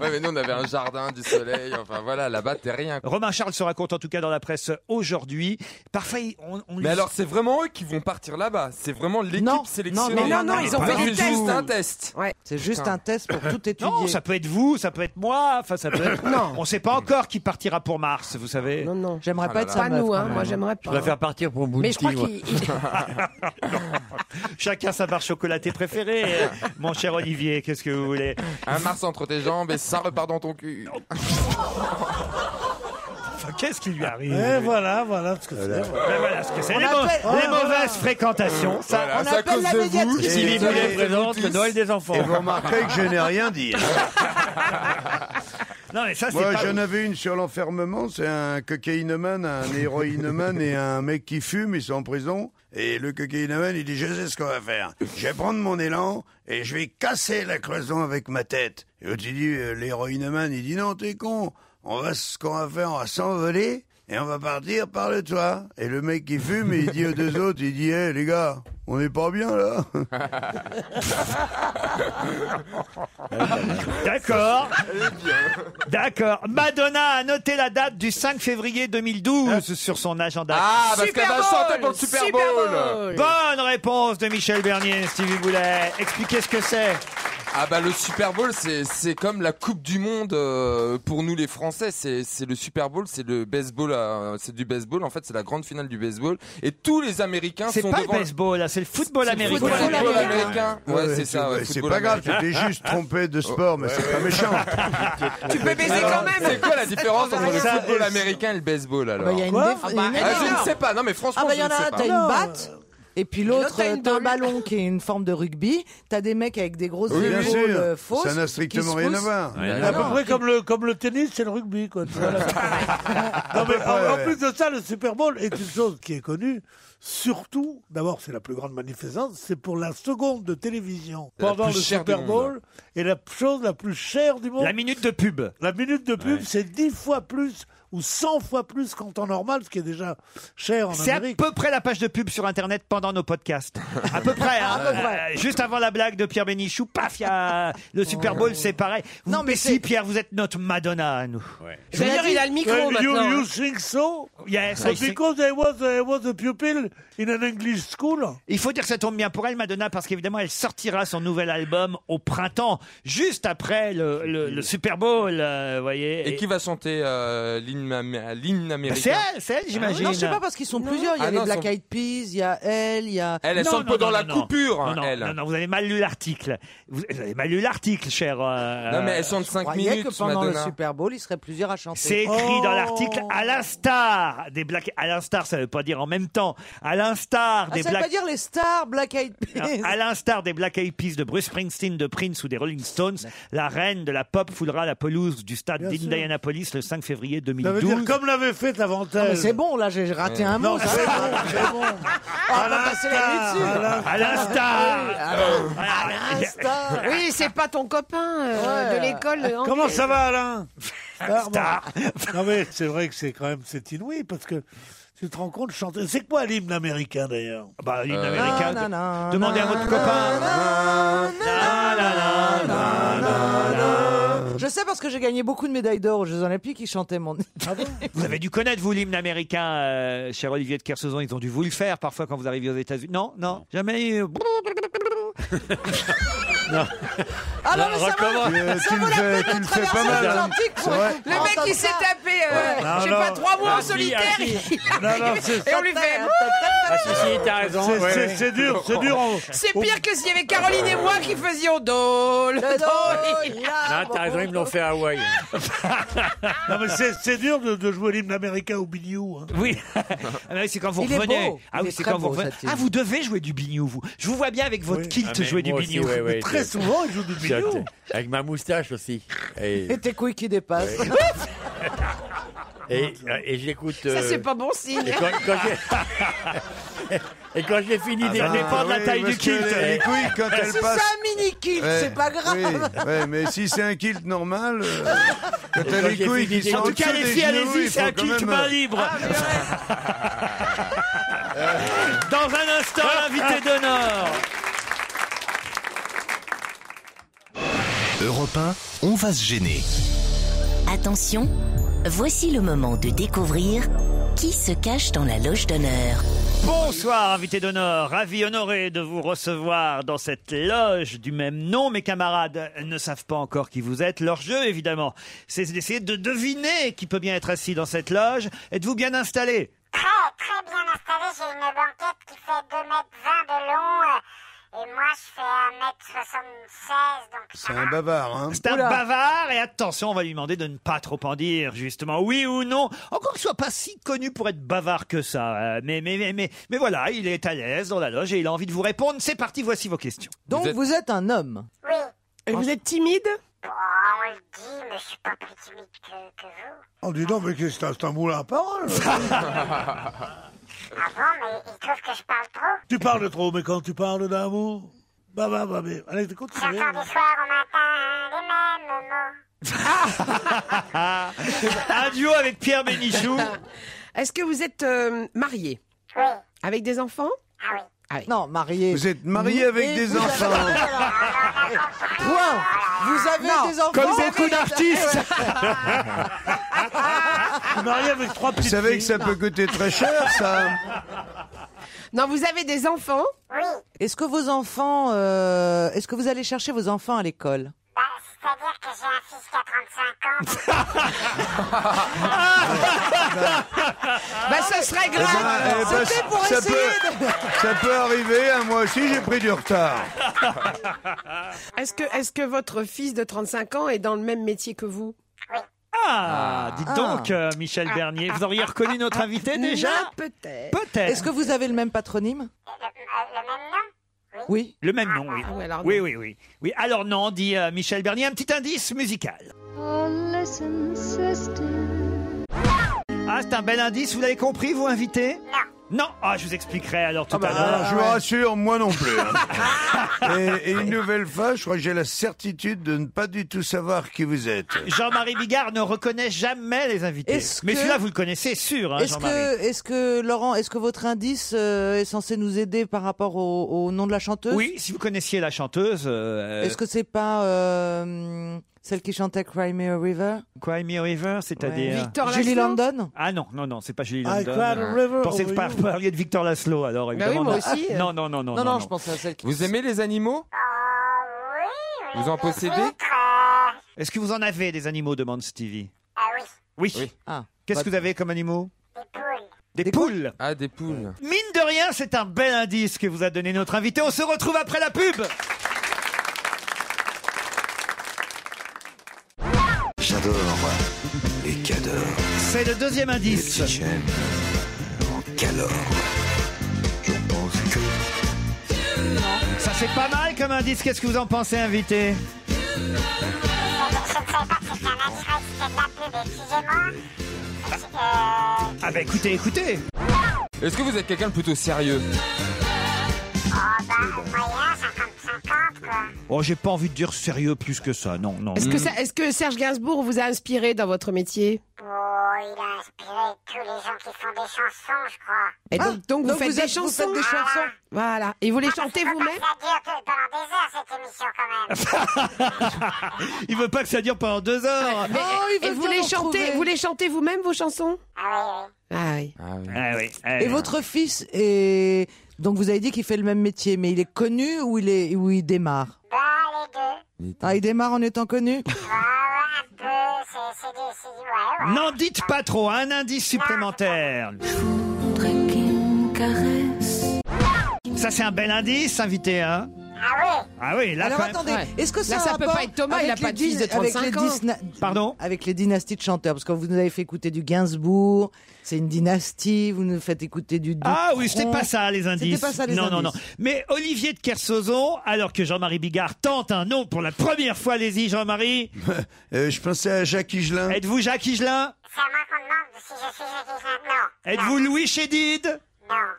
Ouais, mais nous on avait un jardin, du soleil, enfin voilà, là-bas t'es rien. quoi. Romain Charles se raconte en tout cas dans la presse aujourd'hui. Parfois, on, on lui- Mais alors c'est vraiment eux qui vont partir là-bas, c'est vraiment l'équipe sélectionnée. mais non, non, ils ont Pas fait du tout. des tests. C'est un test. C'est juste Putain. un test pour tout étudier. Non, ça peut être vous, ça peut être moi, enfin ça peut être. non. On sait pas encore qui partira pour Mars, vous savez. Ah Non, non. J'aimerais pas être sa Pas meuf, nous, quand hein, même. moi, j'aimerais Je préfère partir pour Bounty. Mais je crois moi. qu'il. Chacun sa barre chocolatée préférée, euh, mon cher Olivier, qu'est-ce que vous voulez Un Mars entre tes jambes et ça repart dans ton cul. Enfin, Qu'est-ce qui lui arrive Et voilà, voilà ce que c'est. Ben voilà ce que c'est. On Les, mau- appelle- les Voilà. mauvaises fréquentations, ça. Voilà, On c'est à appelle cause la de vous. médiatrice. Si Et vous vous les tous. présente, le Noël des enfants. Et vous remarquerez que je n'ai rien dit. Non, mais ça, c'est Moi, pas- j'en avais une sur l'enfermement. C'est un cocaïnomane, un héroïnomane et un mec qui fume. Ils sont en prison. Et le cocaïnomane, il dit Je sais ce qu'on va faire. Je vais prendre mon élan et je vais casser la cloison avec ma tête. Et l'autre, il dit euh, L'héroïnomane, il dit Non, t'es con. On va, ce qu'on va faire, on va s'envoler et on va partir par le toit. Et le mec qui fume, il dit aux deux autres Il dit Hé, les gars, on n'est pas bien là D'accord. D'accord. Madonna a noté la date du 5 février 2012 sur son agenda. Ah, parce Super qu'elle va chanter Bowl pour le Super Super Bowl. Bowl. Bonne réponse de Michel Bernier, Stevie Boulet. Expliquez ce que c'est. Ah bah le Super Bowl c'est c'est comme la Coupe du Monde euh, pour nous les Français c'est c'est le Super Bowl c'est le baseball euh, c'est du baseball en fait c'est la grande finale du baseball et tous les Américains C'est sont pas le devant baseball, là, c'est le football américain. football Football américain. Ouais, Ouais, c'est ça. ouais, c'est football pas grave, tu américain. Oh, t'es juste trompé de sport, mais c'est pas méchant. Tu peux baiser Alors, quand même C'est quoi la différence entre le Ça, football euh, américain et le baseball alors bah, il y a une Quoi déf- il y a une Ah, Je énorme- ne sais pas. Non mais franchement, Ah bah il je y en ne sais a un, pas. t'as une batte Et puis l'autre, t'as un ballon qui est une forme de rugby. T'as des mecs avec des grosses Oui, bien épaules sûr. euh, fausses. Ça n'a qui strictement se rien à poussent. voir. Rien à peu près comme le, comme le tennis, c'est le rugby. Quoi. Tu vois, là. Ah non, mais en, en plus de ça, le Super Bowl est une chose qui est connue. Surtout, d'abord, c'est la plus grande magnificence, c'est pour la seconde de télévision. C'est la Pendant le plus chère du Super monde. Bowl, et la chose la plus chère du monde. La minute de pub. La minute de pub, c'est 10 fois plus ou 100 fois plus qu'en temps normal, ce qui est déjà cher en C'est à Amérique. peu près la page de pub sur Internet pendant nos podcasts. À peu près. hein. À peu près. Euh, juste avant la blague de Pierre Bénichou, paf, il y a le Super Bowl, c'est pareil. non, mais si, Pierre, vous êtes notre Madonna à nous. D'ailleurs, il a le micro Well, you, maintenant. you think so? Yes, I But think- because I was, I was a pupil in an English school. Il faut dire que ça tombe bien pour elle, Madonna, parce qu'évidemment, elle sortira son nouvel album au printemps, juste après le, le- le Super Bowl, euh, vous voyez. Et qui va chanter euh, l'hymne am- l'hymne américain Bah, c'est elle, c'est Ah elle, j'imagine. Non, je sais pas parce qu'ils sont plusieurs. Il y a Ah les non, Black son- Eyed Peas, il y a elle, il y a. Elle, elle sent un peu dans la coupure, Non, hein, non, elle. non, non, vous avez mal lu l'article. Vous vous avez mal lu l'article, cher. euh, Non, mais elles sont de Je cinq croyais minutes, que pendant Madonna. Oh. le Super Bowl, il serait plusieurs à chanter. C'est écrit dans l'article à l'instar des Black. À l'instar, ça veut pas dire en même temps. À l'instar Ah, des ça veut Black. pas dire les stars Black Eyed Non, Peas. À l'instar des Black Eyed Peas de Bruce Springsteen, de Prince ou des Rolling Stones, la reine de la pop foulera la pelouse du stade Bien sûr. d'Indianapolis le 5 février Ça veut 2012. dire comme l'avait fait avant Non, mais elle. c'est bon, là j'ai raté un mot. Non, ça c'est va. bon, c'est bon. Ah, on va passer la nuit dessus. À l'instar. Oui, à l'in- à l'instar. Oui, c'est pas ton copain euh, Ouais. de l'école. euh, Ah, Comment anglaise. ça va, Alain Non, mais c'est vrai que c'est quand même c'est inouï parce que tu te rends compte chanter. C'est quoi l'hymne américain d'ailleurs Bah, l'hymne américain, demandez à votre copain. Ah. Je sais parce que j'ai gagné beaucoup de médailles d'or aux Jeux Olympiques, ils chantaient mon. Ah Vous avez dû connaître, vous, l'hymne américain, euh, cher Olivier de Kersauzon. Ils ont dû vous le faire parfois quand vous arrivez aux États-Unis. Non, non, jamais. eu- non. Ah non, mais ça va, Euh, ça tu vaut le la fais- tu peine de le fais pas traverser mal, hein. l'Atlantique pour C'est vrai. Le mec, il s'est tapé, euh, Non, je sais non. pas, trois mois en Ah, si, solitaire. ah, si. il- Non, non, c'est- et on lui fait. Ah, si, si, t'as raison, C'est- ouais, c'est- ouais. c'est dur, c'est dur, Oh. on- C'est pire que s'il y avait Caroline et moi qui faisions do, le do. il a- Non, Ah, Ah, t'as raison, ils me l'ont fait à Hawaï. Non, mais c'est- c'est dur de, de jouer l'hymne américain au biniou. hein. Oui, Ah oui, c'est quand vous Il est revenez. beau. Ah Il oui, est c'est très quand vous beau, revenez. cette île. Ah, vous devez jouer du biniou, vous. Je vous vois bien avec votre kilt Ah, mais jouer du moi aussi, biniou. ouais, ouais, Très je- souvent, il joue du biniou. Avec ma moustache aussi. Et, Et tes couilles qui dépassent. et, et j'écoute. Ça, euh, c'est pas bon signe. Et quand, quand j'ai- et quand j'ai fini, Ah des- bah, oui, parce que Les, les couilles, quand elles C'est passent. ça, un mini kilt, Ouais, c'est pas grave. oui, ouais, mais si c'est un kilt normal, euh, quand Et t'as quand les j'ai couilles fini qui des- sont En tout cas, au-dessus les des filles, genoux, allez-y, il c'est faut un quand kilt même, main euh, libre. Dans un instant, l'invité d'honneur. Europe 1, on va se gêner. Attention, voici le moment de découvrir qui se cache dans la loge d'honneur. Bonsoir, invité d'honneur. Ravi, honoré de vous recevoir dans cette loge du même nom. Mes camarades ne savent pas encore qui vous êtes. Leur jeu, évidemment, c'est d'essayer de deviner qui peut bien être assis dans cette loge. Êtes-vous bien installé Très, très bien installé. J'ai une banquette qui fait 2 mètres 20 de long. euh, Et moi, je fais 1 mètre 76. Donc, C'est un bavard, hein. C'est un bavard et attention, on va lui demander de ne pas trop en dire, justement, oui ou non. Encore qu'il soit pas si connu pour être bavard que ça, euh, mais mais mais mais, mais voilà, il est à l'aise dans la loge et il a envie de vous répondre. C'est parti, voici vos questions. Donc vous êtes un homme. oui. Et vous êtes timide Bon, on le dit, mais je suis pas plus timide que, que vous. On dit non, mais qu'est-ce que c'est c'est un moulin à parole hein. Ah bon, mais il trouve que je parle trop. Tu parles trop, mais quand tu parles d'amour. Bah, bah, bah, mais. Allez, continue. J'entends du soir au matin les mêmes mots. Un duo avec Pierre Bénichou. Est-ce que vous êtes euh, marié Oui. Avec des enfants Ah oui. Non, marié. Vous êtes marié avec Et des vous avez- enfants. Point. Vous avez Non, des enfants. comme vous beaucoup avez- d'artistes. Marié avec trois Vous petites savez que filles. ça peut coûter très cher, ça. hein. Non, vous avez des enfants Est-ce que vos enfants, euh, est-ce que vous allez chercher vos enfants à l'école Bah, c'est-à-dire que j'ai un fils qui a 35 ans. Bah, ça serait Eh ben, eh ben, grave. C'était pour ça, essayer. peut, ça peut arriver, hein, moi aussi j'ai pris du retard. de- Est-ce que, est-ce que votre fils de 35 ans est dans le même métier que vous Ah, dites donc, euh, Michel Bernier, vous auriez reconnu notre invité déjà Non, Peut-être. Peut-être. Est-ce que vous avez le même patronyme Euh, euh, le même nom Oui. Le même nom, oui. Ah ouais, alors oui, oui, oui. Oui, alors non, dit euh, Michel Bernier. Un petit indice musical. Ah, c'est un bel indice. Vous l'avez compris, vous, invité Non. Non Ah, je vous expliquerai alors tout Ah bah, à l'heure. alors, je vous rassure, moi non plus. hein. et, et une nouvelle fois, je crois que j'ai la certitude de ne pas du tout savoir qui vous êtes. Jean-Marie Bigard ne reconnaît jamais les invités. Est-ce Mais que- celui-là, vous le connaissez, sûr, hein, Est-ce Jean-Marie. que, est-ce que, Laurent, est-ce que votre indice euh, est censé nous aider par rapport au, au nom de la chanteuse Oui, si vous connaissiez la chanteuse. euh, Est-ce que c'est pas euh, celle qui chantait Cry Me a River Cry Me a River, c'est-à-dire. Julie Landon Ah non, non, non, c'est pas Julie Ah, I Landon. cried a river Pensez over par- you. parler de Victor Laszlo, alors Bah évidemment. oui, moi non. aussi. Non, non, non, non. Non, non, je pensais à celle qui. Vous aimez les animaux Vous en possédez Est-ce que vous en avez des animaux demande Stevie. Ah Oui. Ah. Bah, Qu'est-ce que vous avez comme animaux Des poules. Des poules Ah, des poules. Mine de rien, c'est un bel indice que vous a donné notre invité. On se retrouve après la pub. J'adore et qu'adore C'est le deuxième indice. les petits j'aime en calor. Je pense que Ça c'est pas mal comme indice. Qu'est-ce que vous en pensez, invité Ah bah écoutez, écoutez. Est-ce que vous êtes quelqu'un de plutôt sérieux Euh, bah, Oh, j'ai pas envie de dire sérieux plus que ça. Non, non. Est-ce que, ça- est-ce que Serge Gainsbourg vous a inspiré dans votre métier Oh, il a inspiré tous les gens qui font des chansons, je crois. Et donc, donc, vous, faites des chansons Voilà. Et vous les chantez vous-même Il veut pas que ça dure pendant deux heures. Ah Ah, Mais- il Et veut vous bien les, nous chantez, retrouver. vous les chantez vous-même, vos chansons Ah oui. Ah oui. Euh. Et votre fils est. Donc vous avez dit qu'il fait le même métier, mais il est connu ou il, est... ou il démarre Bah, Ah, il démarre en étant connu Bah, N'en dites pas trop, un indice supplémentaire. Ça, c'est un bel indice, invité, hein Ah oui Ah oui, là, Alors quand même- attendez, est-ce que Là, ça, ça peut rapport pas être Thomas, avec il a les pas de fils de dyn- avec 35 les ans. dysna- Pardon Avec les dynasties de chanteurs, parce que vous nous avez fait écouter du Gainsbourg, c'est une dynastie, vous nous faites écouter du Ah Dutronc. oui, c'était pas ça les indices. C'était pas ça les non, indices. non, non. Mais Olivier de Kersauzon, alors que Jean-Marie Bigard tente un nom pour la première fois, allez-y Jean-Marie. Euh, je pensais à Jacques Higelin. Êtes-vous Jacques Higelin Êtes-vous Louis Chédid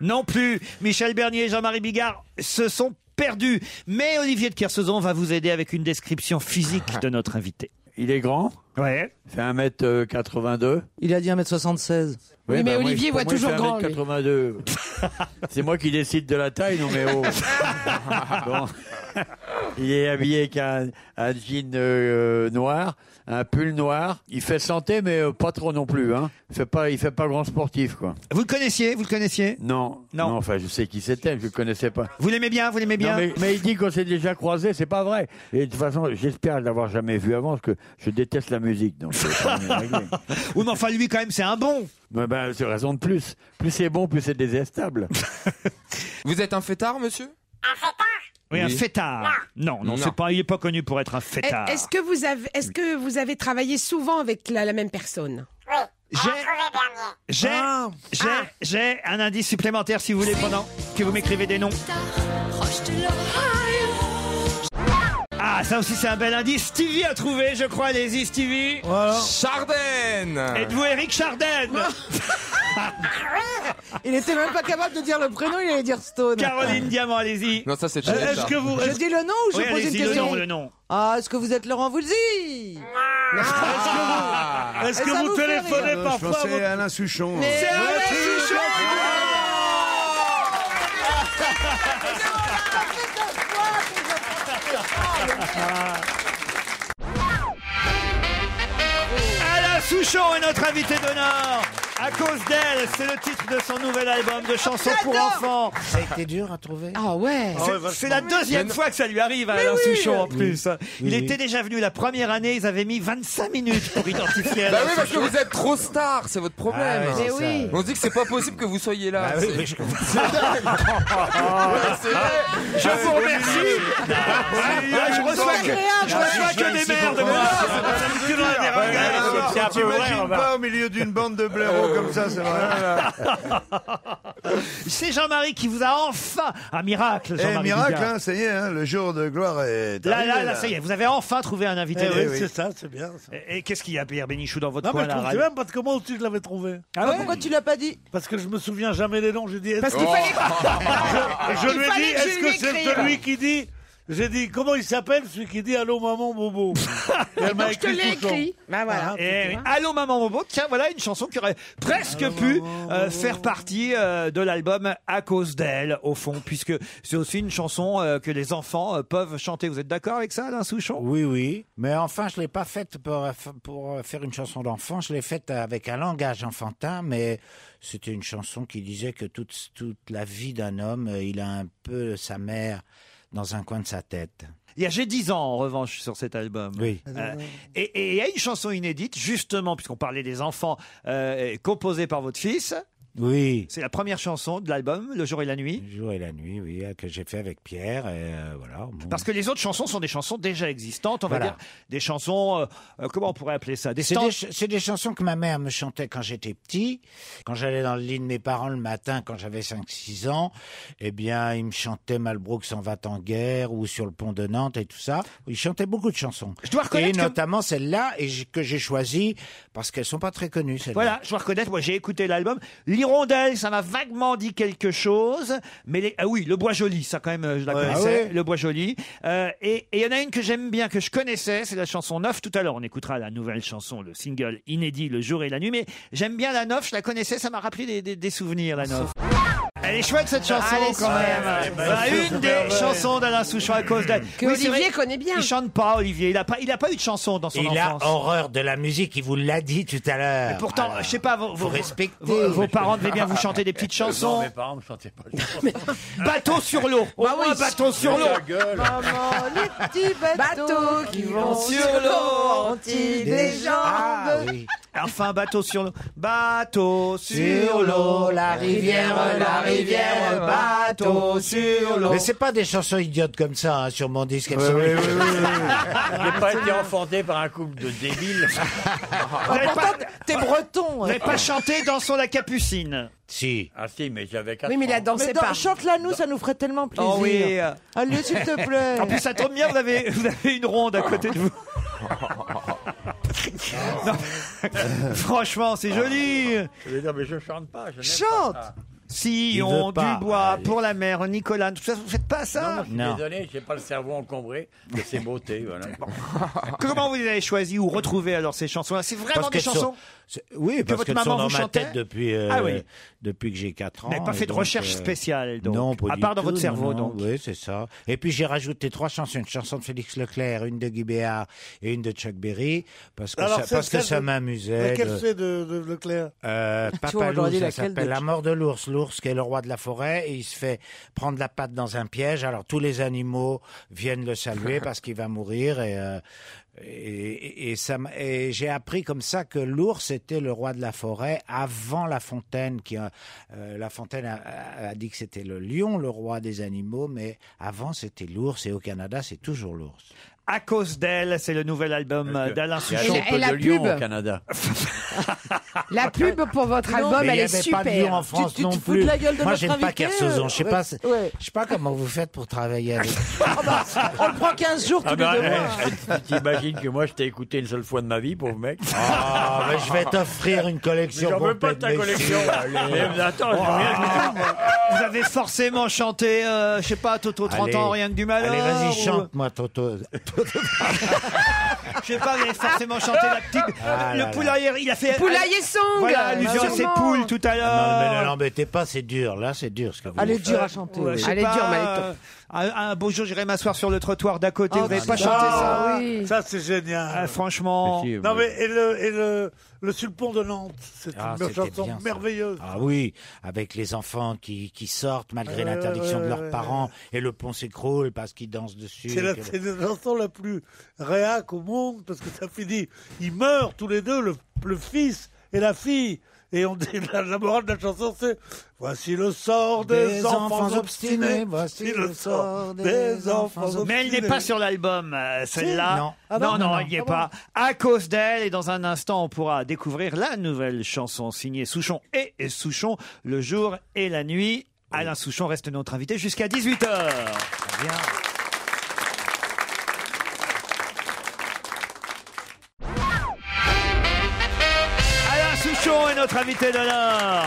non. plus. Michel Bernier et Jean-Marie Bigard se sont perdus. Mais Olivier de Kersauzon va vous aider avec une description physique de notre invité. Il est grand Ouais. Fait 1m82 Il a dit 1m76. euh, Oui, bah, moi, je- pour moi, il fait 1m82. C'est moi qui décide de la taille, non mais oh. Bon. Il est habillé avec un, un jean euh, noir, un pull noir. Il fait santé, mais euh, pas trop non plus. Hein. Il fait pas, il fait pas grand sportif quoi. Vous le connaissiez Vous le connaissiez Non, non. Enfin, je sais qui c'était, je le connaissais pas. Vous l'aimez bien Vous l'aimez Eh bien Non, mais, mais il dit qu'on s'est déjà croisé, c'est pas vrai. Et de toute façon, j'espère l'avoir jamais vu avant, parce que je déteste la musique. Donc, euh, c'est pas bien réglé. Oui, mais enfin lui quand même c'est un bon. Mais ben, c'est raison de plus. Plus c'est bon, plus c'est désestable. Vous êtes un fêtard, monsieur Oui, un Oui. fêtard. Non, non, Non. c'est pas. Il est pas connu pour être un fêtard. Est-ce que vous avez, est-ce que vous avez travaillé souvent avec la, la même personne Ah, J'ai, j'ai, j'ai, j'ai un indice supplémentaire si vous voulez pendant que vous m'écrivez des noms. Ah, ça aussi c'est un bel indice. Stevie a trouvé, je crois. Allez-y, Stevie. Chardenne Êtes-vous Eric Chardenne Ah. Il était même pas capable de dire le prénom, il allait dire Stone. Caroline Diamant, allez-y. Non, ça c'est Euh, est-ce que vous- Je dis le nom ou je Oui, pose une allez-y, question Le nom, le nom. Ah, est-ce que vous êtes Laurent Voulzy Ah. Est-ce Et que ça vous vous fait rire téléphonez Euh, je parfois à pensais votre- à Alain Souchon. hein. C'est Alain Souchon Alain Souchon est notre invité d'honneur. À cause d'elle, c'est le titre de son nouvel album de chansons pour J'adore. enfants. Ça a été dur à trouver. Ah ouais. C'est la deuxième fois que ça lui arrive à Mais Alain oui. Souchon en Oui. plus. Il Oui, oui. était déjà venu la première année, ils avaient mis 25 minutes pour identifier Bah Alain oui, parce que Souchon. vous êtes trop star, c'est votre problème. Ah oui, Mais c'est oui. ça. On se dit que c'est pas possible que vous soyez là. Bah oui, c'est- mais je comprends. C'est dingue. Ouais, c'est vrai. Je Ah, Euh, vous oui, remercie. oui, oui. Ah, je reçois que, je reçois que des merdes, moi. T'imagines pas au milieu d'une bande de blaireaux comme ça, c'est vrai. C'est Jean-Marie qui vous a enfin un miracle. Eh, Jean-Marie miracle, Bigard. hein, ça y est, hein, le jour de gloire est Là, arrivé, là, là, ça y est, vous avez enfin trouvé un invité. Eh oui, oui. c'est ça, c'est bien. Et, et qu'est-ce qu'il y a, Pierre Bénichou, dans votre Non, mais coin là, je trouve Ralph c'est même parce que moi aussi je l'avais trouvé. Ah ouais Pourquoi tu l'as pas dit Parce que je me souviens jamais des noms. J'ai dit. est-ce Parce que- qu'il fallait- Je- je, Il lui ai fallait dit. que je Est-ce que lui c'est écrive. celui qui dit J'ai dit comment il s'appelle celui qui dit allô maman bobo. Et elle m'a Donc, je te l'ai tout son. écrit. Ah, Eh oui. Allô maman Bobo, tiens voilà une chanson qui aurait presque pu euh, faire partie euh, de l'album à cause d'elle au fond, puisque c'est aussi une chanson euh, que les enfants euh, peuvent chanter. Vous êtes d'accord avec ça, Alain Souchon Oui, oui. Mais enfin, je l'ai pas faite pour, pour faire une chanson d'enfant. Je l'ai faite avec un langage enfantin, mais c'était une chanson qui disait que toute, toute la vie d'un homme, euh, il a un peu sa mère dans un coin de sa tête. Il y a J'ai 10 ans en revanche sur cet album. Oui. Euh, et et il y a une chanson inédite, justement, puisqu'on parlait des enfants, euh, composée par votre fils. Oui. C'est la première chanson de l'album, Le jour et la nuit. Le jour et la nuit, oui, euh, que j'ai fait avec Pierre. Et euh, voilà. Bon. Parce que les autres chansons sont des chansons déjà existantes, on va Voilà. dire. Des chansons, euh, euh, comment on pourrait appeler ça Des C'est stands- des, ch- c'est des chansons que ma mère me chantait quand j'étais petit. Quand j'allais dans le lit de mes parents le matin, quand j'avais 5-6 ans, eh bien, ils me chantaient Malbrook s'en va en guerre ou sur le pont de Nantes et tout ça. Ils chantaient beaucoup de chansons. et reconnaître que- notamment celle-là et j- que j'ai choisie parce qu'elles sont pas très connues, celles-là. Voilà, je dois reconnaître, moi j'ai écouté l'album. L'Hirondelle, ça m'a vaguement dit quelque chose. Mais les- ah oui, Le Bois Joli, ça quand même, euh, je la Ouais. connaissais. Ah ouais Le Bois Joli. Euh, et et il y en a une que j'aime bien, que je connaissais, c'est la chanson 9. Tout à l'heure, on écoutera la nouvelle chanson, le single inédit, Le jour et la nuit. Mais j'aime bien la 9, je la connaissais, ça m'a rappelé des, des- des souvenirs, la 9. Elle est chouette cette chanson Elle est quand même. chouette. Bah, une des chansons d'Alain Souchon à cause d'elle. Que c'est Olivier vrai, connaît bien. Il chante pas Olivier, il a pas, il a pas eu de chanson dans son Il a enfance. horreur de la musique, il vous l'a dit tout à l'heure. Mais pourtant, je sais pas, vos, vos, respectez. Bah, vos- vos parents devaient bien vous chanter des petites chansons. Non, mes Euh, parents me chantaient pas. Oh Bateau sur l'eau. Au Bah moins, bateau sur l'eau. Maman, les petits bateaux, qui vont sur l'eau ont des Des- jambes Ah, oui. Enfin, bateau sur l'eau. Bateau sur l'eau, la rivière, la rivière, bateau sur l'eau. Mais c'est pas des chansons idiotes comme ça hein, sur mon disque. elles sont- Euh, Je n'ai pas été enfanté par un couple de débiles. Vous n'avez pas- Vous n'avez pas chanté Dansons la Capucine. Si. Ah si, mais j'avais 4 Mais dans- Chante-la nous, ça nous ferait tellement plaisir. Oh oui. Allez, s'il te plaît. En plus, ça tombe bien, vous avez, vous avez une ronde à côté de vous. Non. Franchement, c'est joli. Je veux dire, mais je chante pas. Je n'aime Chante. pas ça. Sillon, Il veut pas. du bois, pour la mer, Nicolas. Tout ça, vous faites pas ça Je suis désolé, j'ai pas le cerveau encombré de ces beautés. Voilà. Comment vous les avez choisies ou retrouvées alors ces chansons-là C'est vraiment Parce des qu'elles chansons sont- c'est- Oui, que parce votre qu'elles sont maman dans vous ma chantait tête depuis, euh, Ah oui. depuis que j'ai 4 ans. Vous n'avez pas et fait de donc, euh, recherche spéciale, donc, Non, pas à du part dans votre tout, cerveau, non, non. donc. Oui, c'est ça. Et puis j'ai rajouté trois chansons, une chanson de Félix Leclerc, une de Guy Béard et une de Chuck Berry, parce que Alors, ça, c'est parce que celle ça de- m'amusait. Laquelle de- c'est de, de Leclerc Euh, vois, Papa j'aurais dit Loup, ça laquelle de s'appelle La Chuck. mort de l'ours. L'ours qui est le roi de la forêt et il se fait prendre la patte dans un piège. Alors tous les animaux viennent le saluer parce qu'il va mourir et, euh, et, et- et ça m'a- et j'ai appris comme ça que l'ours était le roi de la forêt avant La Fontaine. Qui, euh, euh, la Fontaine a- a, a dit que c'était le lion, le roi des animaux, mais avant c'était l'ours et au Canada c'est toujours l'ours. À cause d'elle, c'est le nouvel album euh, d'Alain y a Souchon. trop Et la- peu de et la lions pub au Canada. La pub pour votre Non, album, mais elle il y est avait super. Pas de lion en France non plus. Moi, j'aime pas Kersozon. hein. Je sais pas, c'est- je sais pas comment vous faites pour travailler avec. On le prend 15 jours tous Ah bah, les deux mois. hein. eh, eh, tu T'imagines que moi je t'ai écouté une seule fois de ma vie, pauvre mec. Ah, mais je vais t'offrir une collection. Mais j'en veux pas de complète, ta mais collection. si, allez. Mais attends, je veux rien écouter, moi. Oh. Vous avez forcément chanté, euh, je sais pas, Toto 30 Allez. ans, rien que du malheur. Allez, vas-y, ou- chante-moi, Toto. Je sais pas, vous avez forcément chanté la petite. Ah le là là. poulailler, il a fait. Poulailler song Ah, Voilà, allusion à ses poules tout à Ah Non, mais ne l'heure. l'embêtez pas, c'est dur. Là, c'est dur ce que vous Elle est dites. dure à chanter, Ouais, oui. je sais pas, euh, Un, un beau jour, j'irai m'asseoir sur le trottoir d'à côté. vous n'avez pas chanté ça Ça, c'est génial. Ah Franchement. Oh. Non, mais et le, et le, le sur le pont de Nantes, c'est Ah, une c'était chanson bien, ça. merveilleuse. Ah oui, avec les enfants qui, qui sortent malgré Ouais, l'interdiction ouais, de ouais, leurs parents et le pont s'écroule parce qu'ils dansent dessus. C'est la, Que le- c'est la chanson la plus réac au monde parce que ça finit. Ils meurent tous les deux, le, le fils et la fille. Et on dit, la, la morale de la chanson, c'est Voici le sort des, Des enfants, enfants obstinés, obstinés, Voici le sort des enfants obstinés. Mais elle n'est pas sur l'album, euh, Si. celle-là. Non. Non. Ah bon non, Non, non. elle n'y est pas. Ah bon À cause d'elle, et dans un instant, on pourra découvrir la nouvelle chanson signée Souchon et Souchon, le jour et la nuit. Alain Souchon reste notre invité jusqu'à 18h. Alain Souchon est notre invité d'honneur.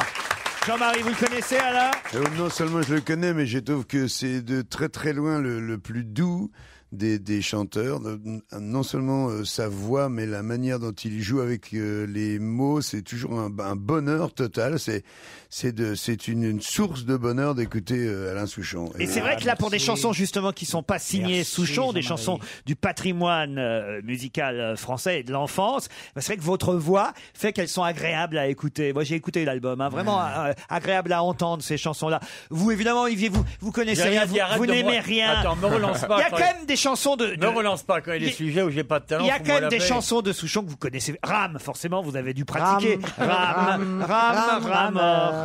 Jean-Marie, vous le connaissez, Alain Euh, non seulement je le connais, mais je trouve que c'est de très très loin le, le plus doux des, des chanteurs. De- Non seulement euh, sa voix, mais la manière dont il joue avec euh, les mots, c'est toujours un, un bonheur total. C'est c'est de c'est une, une source de bonheur d'écouter euh, Alain Souchon. Et c'est vrai que là, pour des chansons justement qui sont pas signées Souchon, des chansons du patrimoine euh, musical euh, français et de l'enfance, bah, c'est vrai que votre voix fait qu'elles sont agréables à écouter. Moi, j'ai écouté l'album, hein, vraiment euh, agréable à entendre ces chansons-là. Vous, évidemment, Olivier, vous vous connaissez J'ai rien rien, dit, vous- arrête vous, de me- n'aimez rien. Attends, me relance pas Il y a quand quand il- même des chansons de. Ne de- relance pas quand il y a des sujets où j'ai pas de talent. il y a faut quand moi même des laver. chansons de Souchon que vous connaissez. Rame, forcément, vous avez dû pratiquer. Rame, Rame, rame, rame, rame, Rame,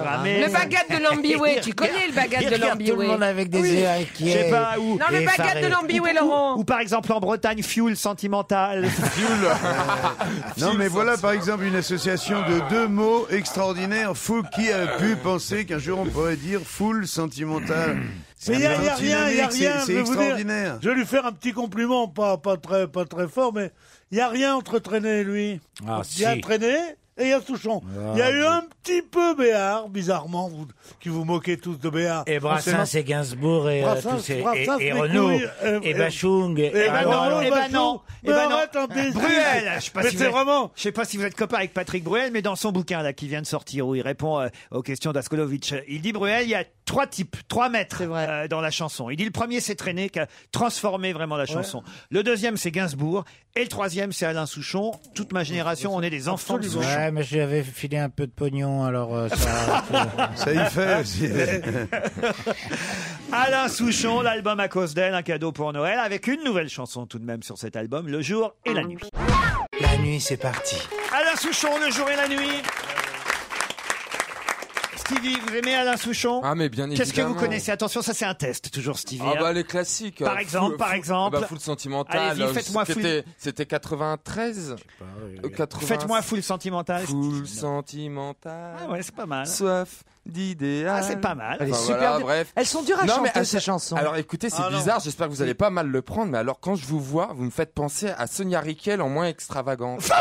ramer. Le bagade de l'ambiway, tu connais le bagade de l'ambiway. tout le monde avec des yeux Je inquiets. sais pas où. Non, le bagade de l'ambiway, Laurent. Ou par exemple en Bretagne, fuel sentimental. Euh, Non, mais voilà par exemple une association de deux mots extraordinaires. Fou qui a pu penser qu'un jour on pourrait dire foule sentimentale. Mais il n'y a, y a Un rien, il n'y a dynamique, c'est- rien. je C'est vais vous dire. extraordinaire. je vais lui faire un petit compliment, pas, pas, très, pas très fort, mais il n'y a rien entre Traîné et lui. Il Ah, y a si. Traîné et il y a Souchon. Il Ah, y a eu oui. un petit peu Béard, bizarrement, vous, qui vous moquez tous de Béard. Eh Et ben, Brassens et Gainsbourg et, euh, Brassens, tous ces- et- Brassens, et mes Renaud, couilles, euh, et euh, Bachung, et- Eh ben Ah, non, voilà. eh ben non. Eh ben Mais arrête un peu. Bruel, je sais pas si Mais c'est vous êtes- vraiment- Je sais pas si vous êtes copain avec Patrick Bruel, mais dans son bouquin là qui vient de sortir où il répond euh, aux questions d'Askolovitch, euh, il dit Bruel, il y a trois types, trois maîtres euh, dans la chanson. Il dit le premier c'est Traîné qui a transformé vraiment la chanson. Le deuxième c'est Gainsbourg et le troisième c'est Alain Souchon. Toute ma génération, on est des enfants de Souchon. Ouais, mais j'avais filé un peu de pognon, alors euh, ça. Ça y fait aussi. Alain Souchon, l'album à cause d'elle, un cadeau pour Noël avec une nouvelle chanson tout de même sur cet album, Le jour et la nuit. La nuit, c'est parti. Alain Souchon, le jour et la nuit. Stevie, vous aimez Alain Souchon Ah, mais bien Qu'est-ce que vous évidemment. connaissez Attention, ça c'est un test, toujours Stevie. Ah hein. bah les classiques. Par euh, exemple, full- par full- exemple. Ah bah full sentimental. Allez-y, euh, faites-moi full- c'était- C'était 93. Euh, 80. Faites-moi full sentimental. Full sentimental. Ah ouais, c'est pas mal. Soif d'idéal. Ah, c'est pas mal. Elle est Enfin, super voilà, dure. bref. Elles sont dures à chanter, ah, ces ça- chansons. Alors écoutez, c'est Ah, non. bizarre. J'espère que vous allez pas mal le prendre. Mais alors quand je vous vois, vous me faites penser à Sonia Riquel en moins extravagante.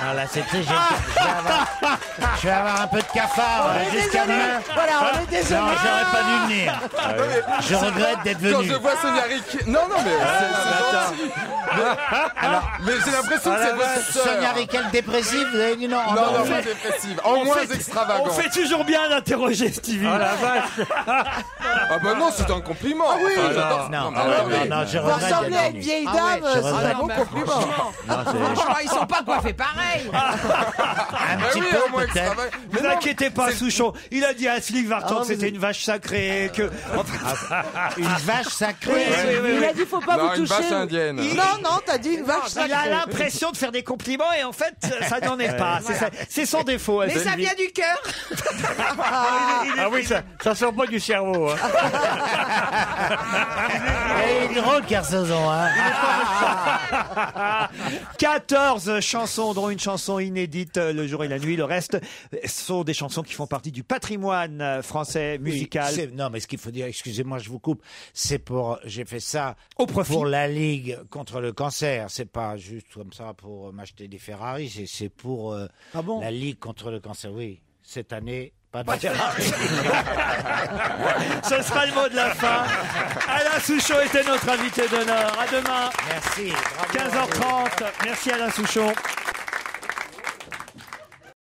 Ah là, c'était génial. Je vais avoir- Je vais avoir un peu de cafard On est euh, jusqu'à désolé. demain. Voilà, on est désolé. Non, j'aurais pas dû venir. Ah Je regrette d'être Quand venu. je vois Sonia Riquel. Non, non, mais. Ah, c'est- bah, c'est gentil. Mais- Mais j'ai l'impression que c'est votre sœur. Ah, Sonia Riquel dépressive, vous avez dit non. Non, non, pas dépressive. En moins extravagant. On fait toujours bien d'interroger Stevie. Ah, la vache. Ah bah non, c'est un compliment. Ah oui. Ah, non, non, non, non, je Vous regrette ressemblez d'être à une venu. vieille Ah dame, ouais, je euh, regrette. c'est un bon compliment. Franchement, ils sont pas coiffés pareil. Un petit Ah, oui, peu au moins peut-être. Ne vous inquiétez pas, Souchon. Il a dit à Slick Ah, Vartan que c'était une vache sacrée. Que... Une vache sacrée. Il a dit faut pas vous toucher. Il- Non, non, t'as dit une vache Il sacrée. a l'impression de faire des compliments et en fait, ça n'en est pas. C'est ça- C'est son défaut. Mais ça Stevie. vient du cœur. Ah oui, ça, ça sort pas du cerveau. hein. Et il est drôle, Kersozon. Hein. 14 chansons, dont une chanson inédite euh, le jour et la nuit. Le reste euh, sont des chansons qui font partie du patrimoine euh, français Oui, musical. c'est- non, mais ce qu'il faut dire, excusez-moi, je vous coupe. C'est pour, j'ai fait ça Au profit. pour la Ligue contre le cancer. C'est pas juste comme ça pour euh, m'acheter des Ferrari. C'est, c'est pour euh, la Ligue contre le cancer. Oui, cette année, pas de Ferrari. Ce sera le mot de la fin. Alain Souchon était notre invité d'honneur. À demain. Merci. bravo. 15h30. Merci Alain Souchon.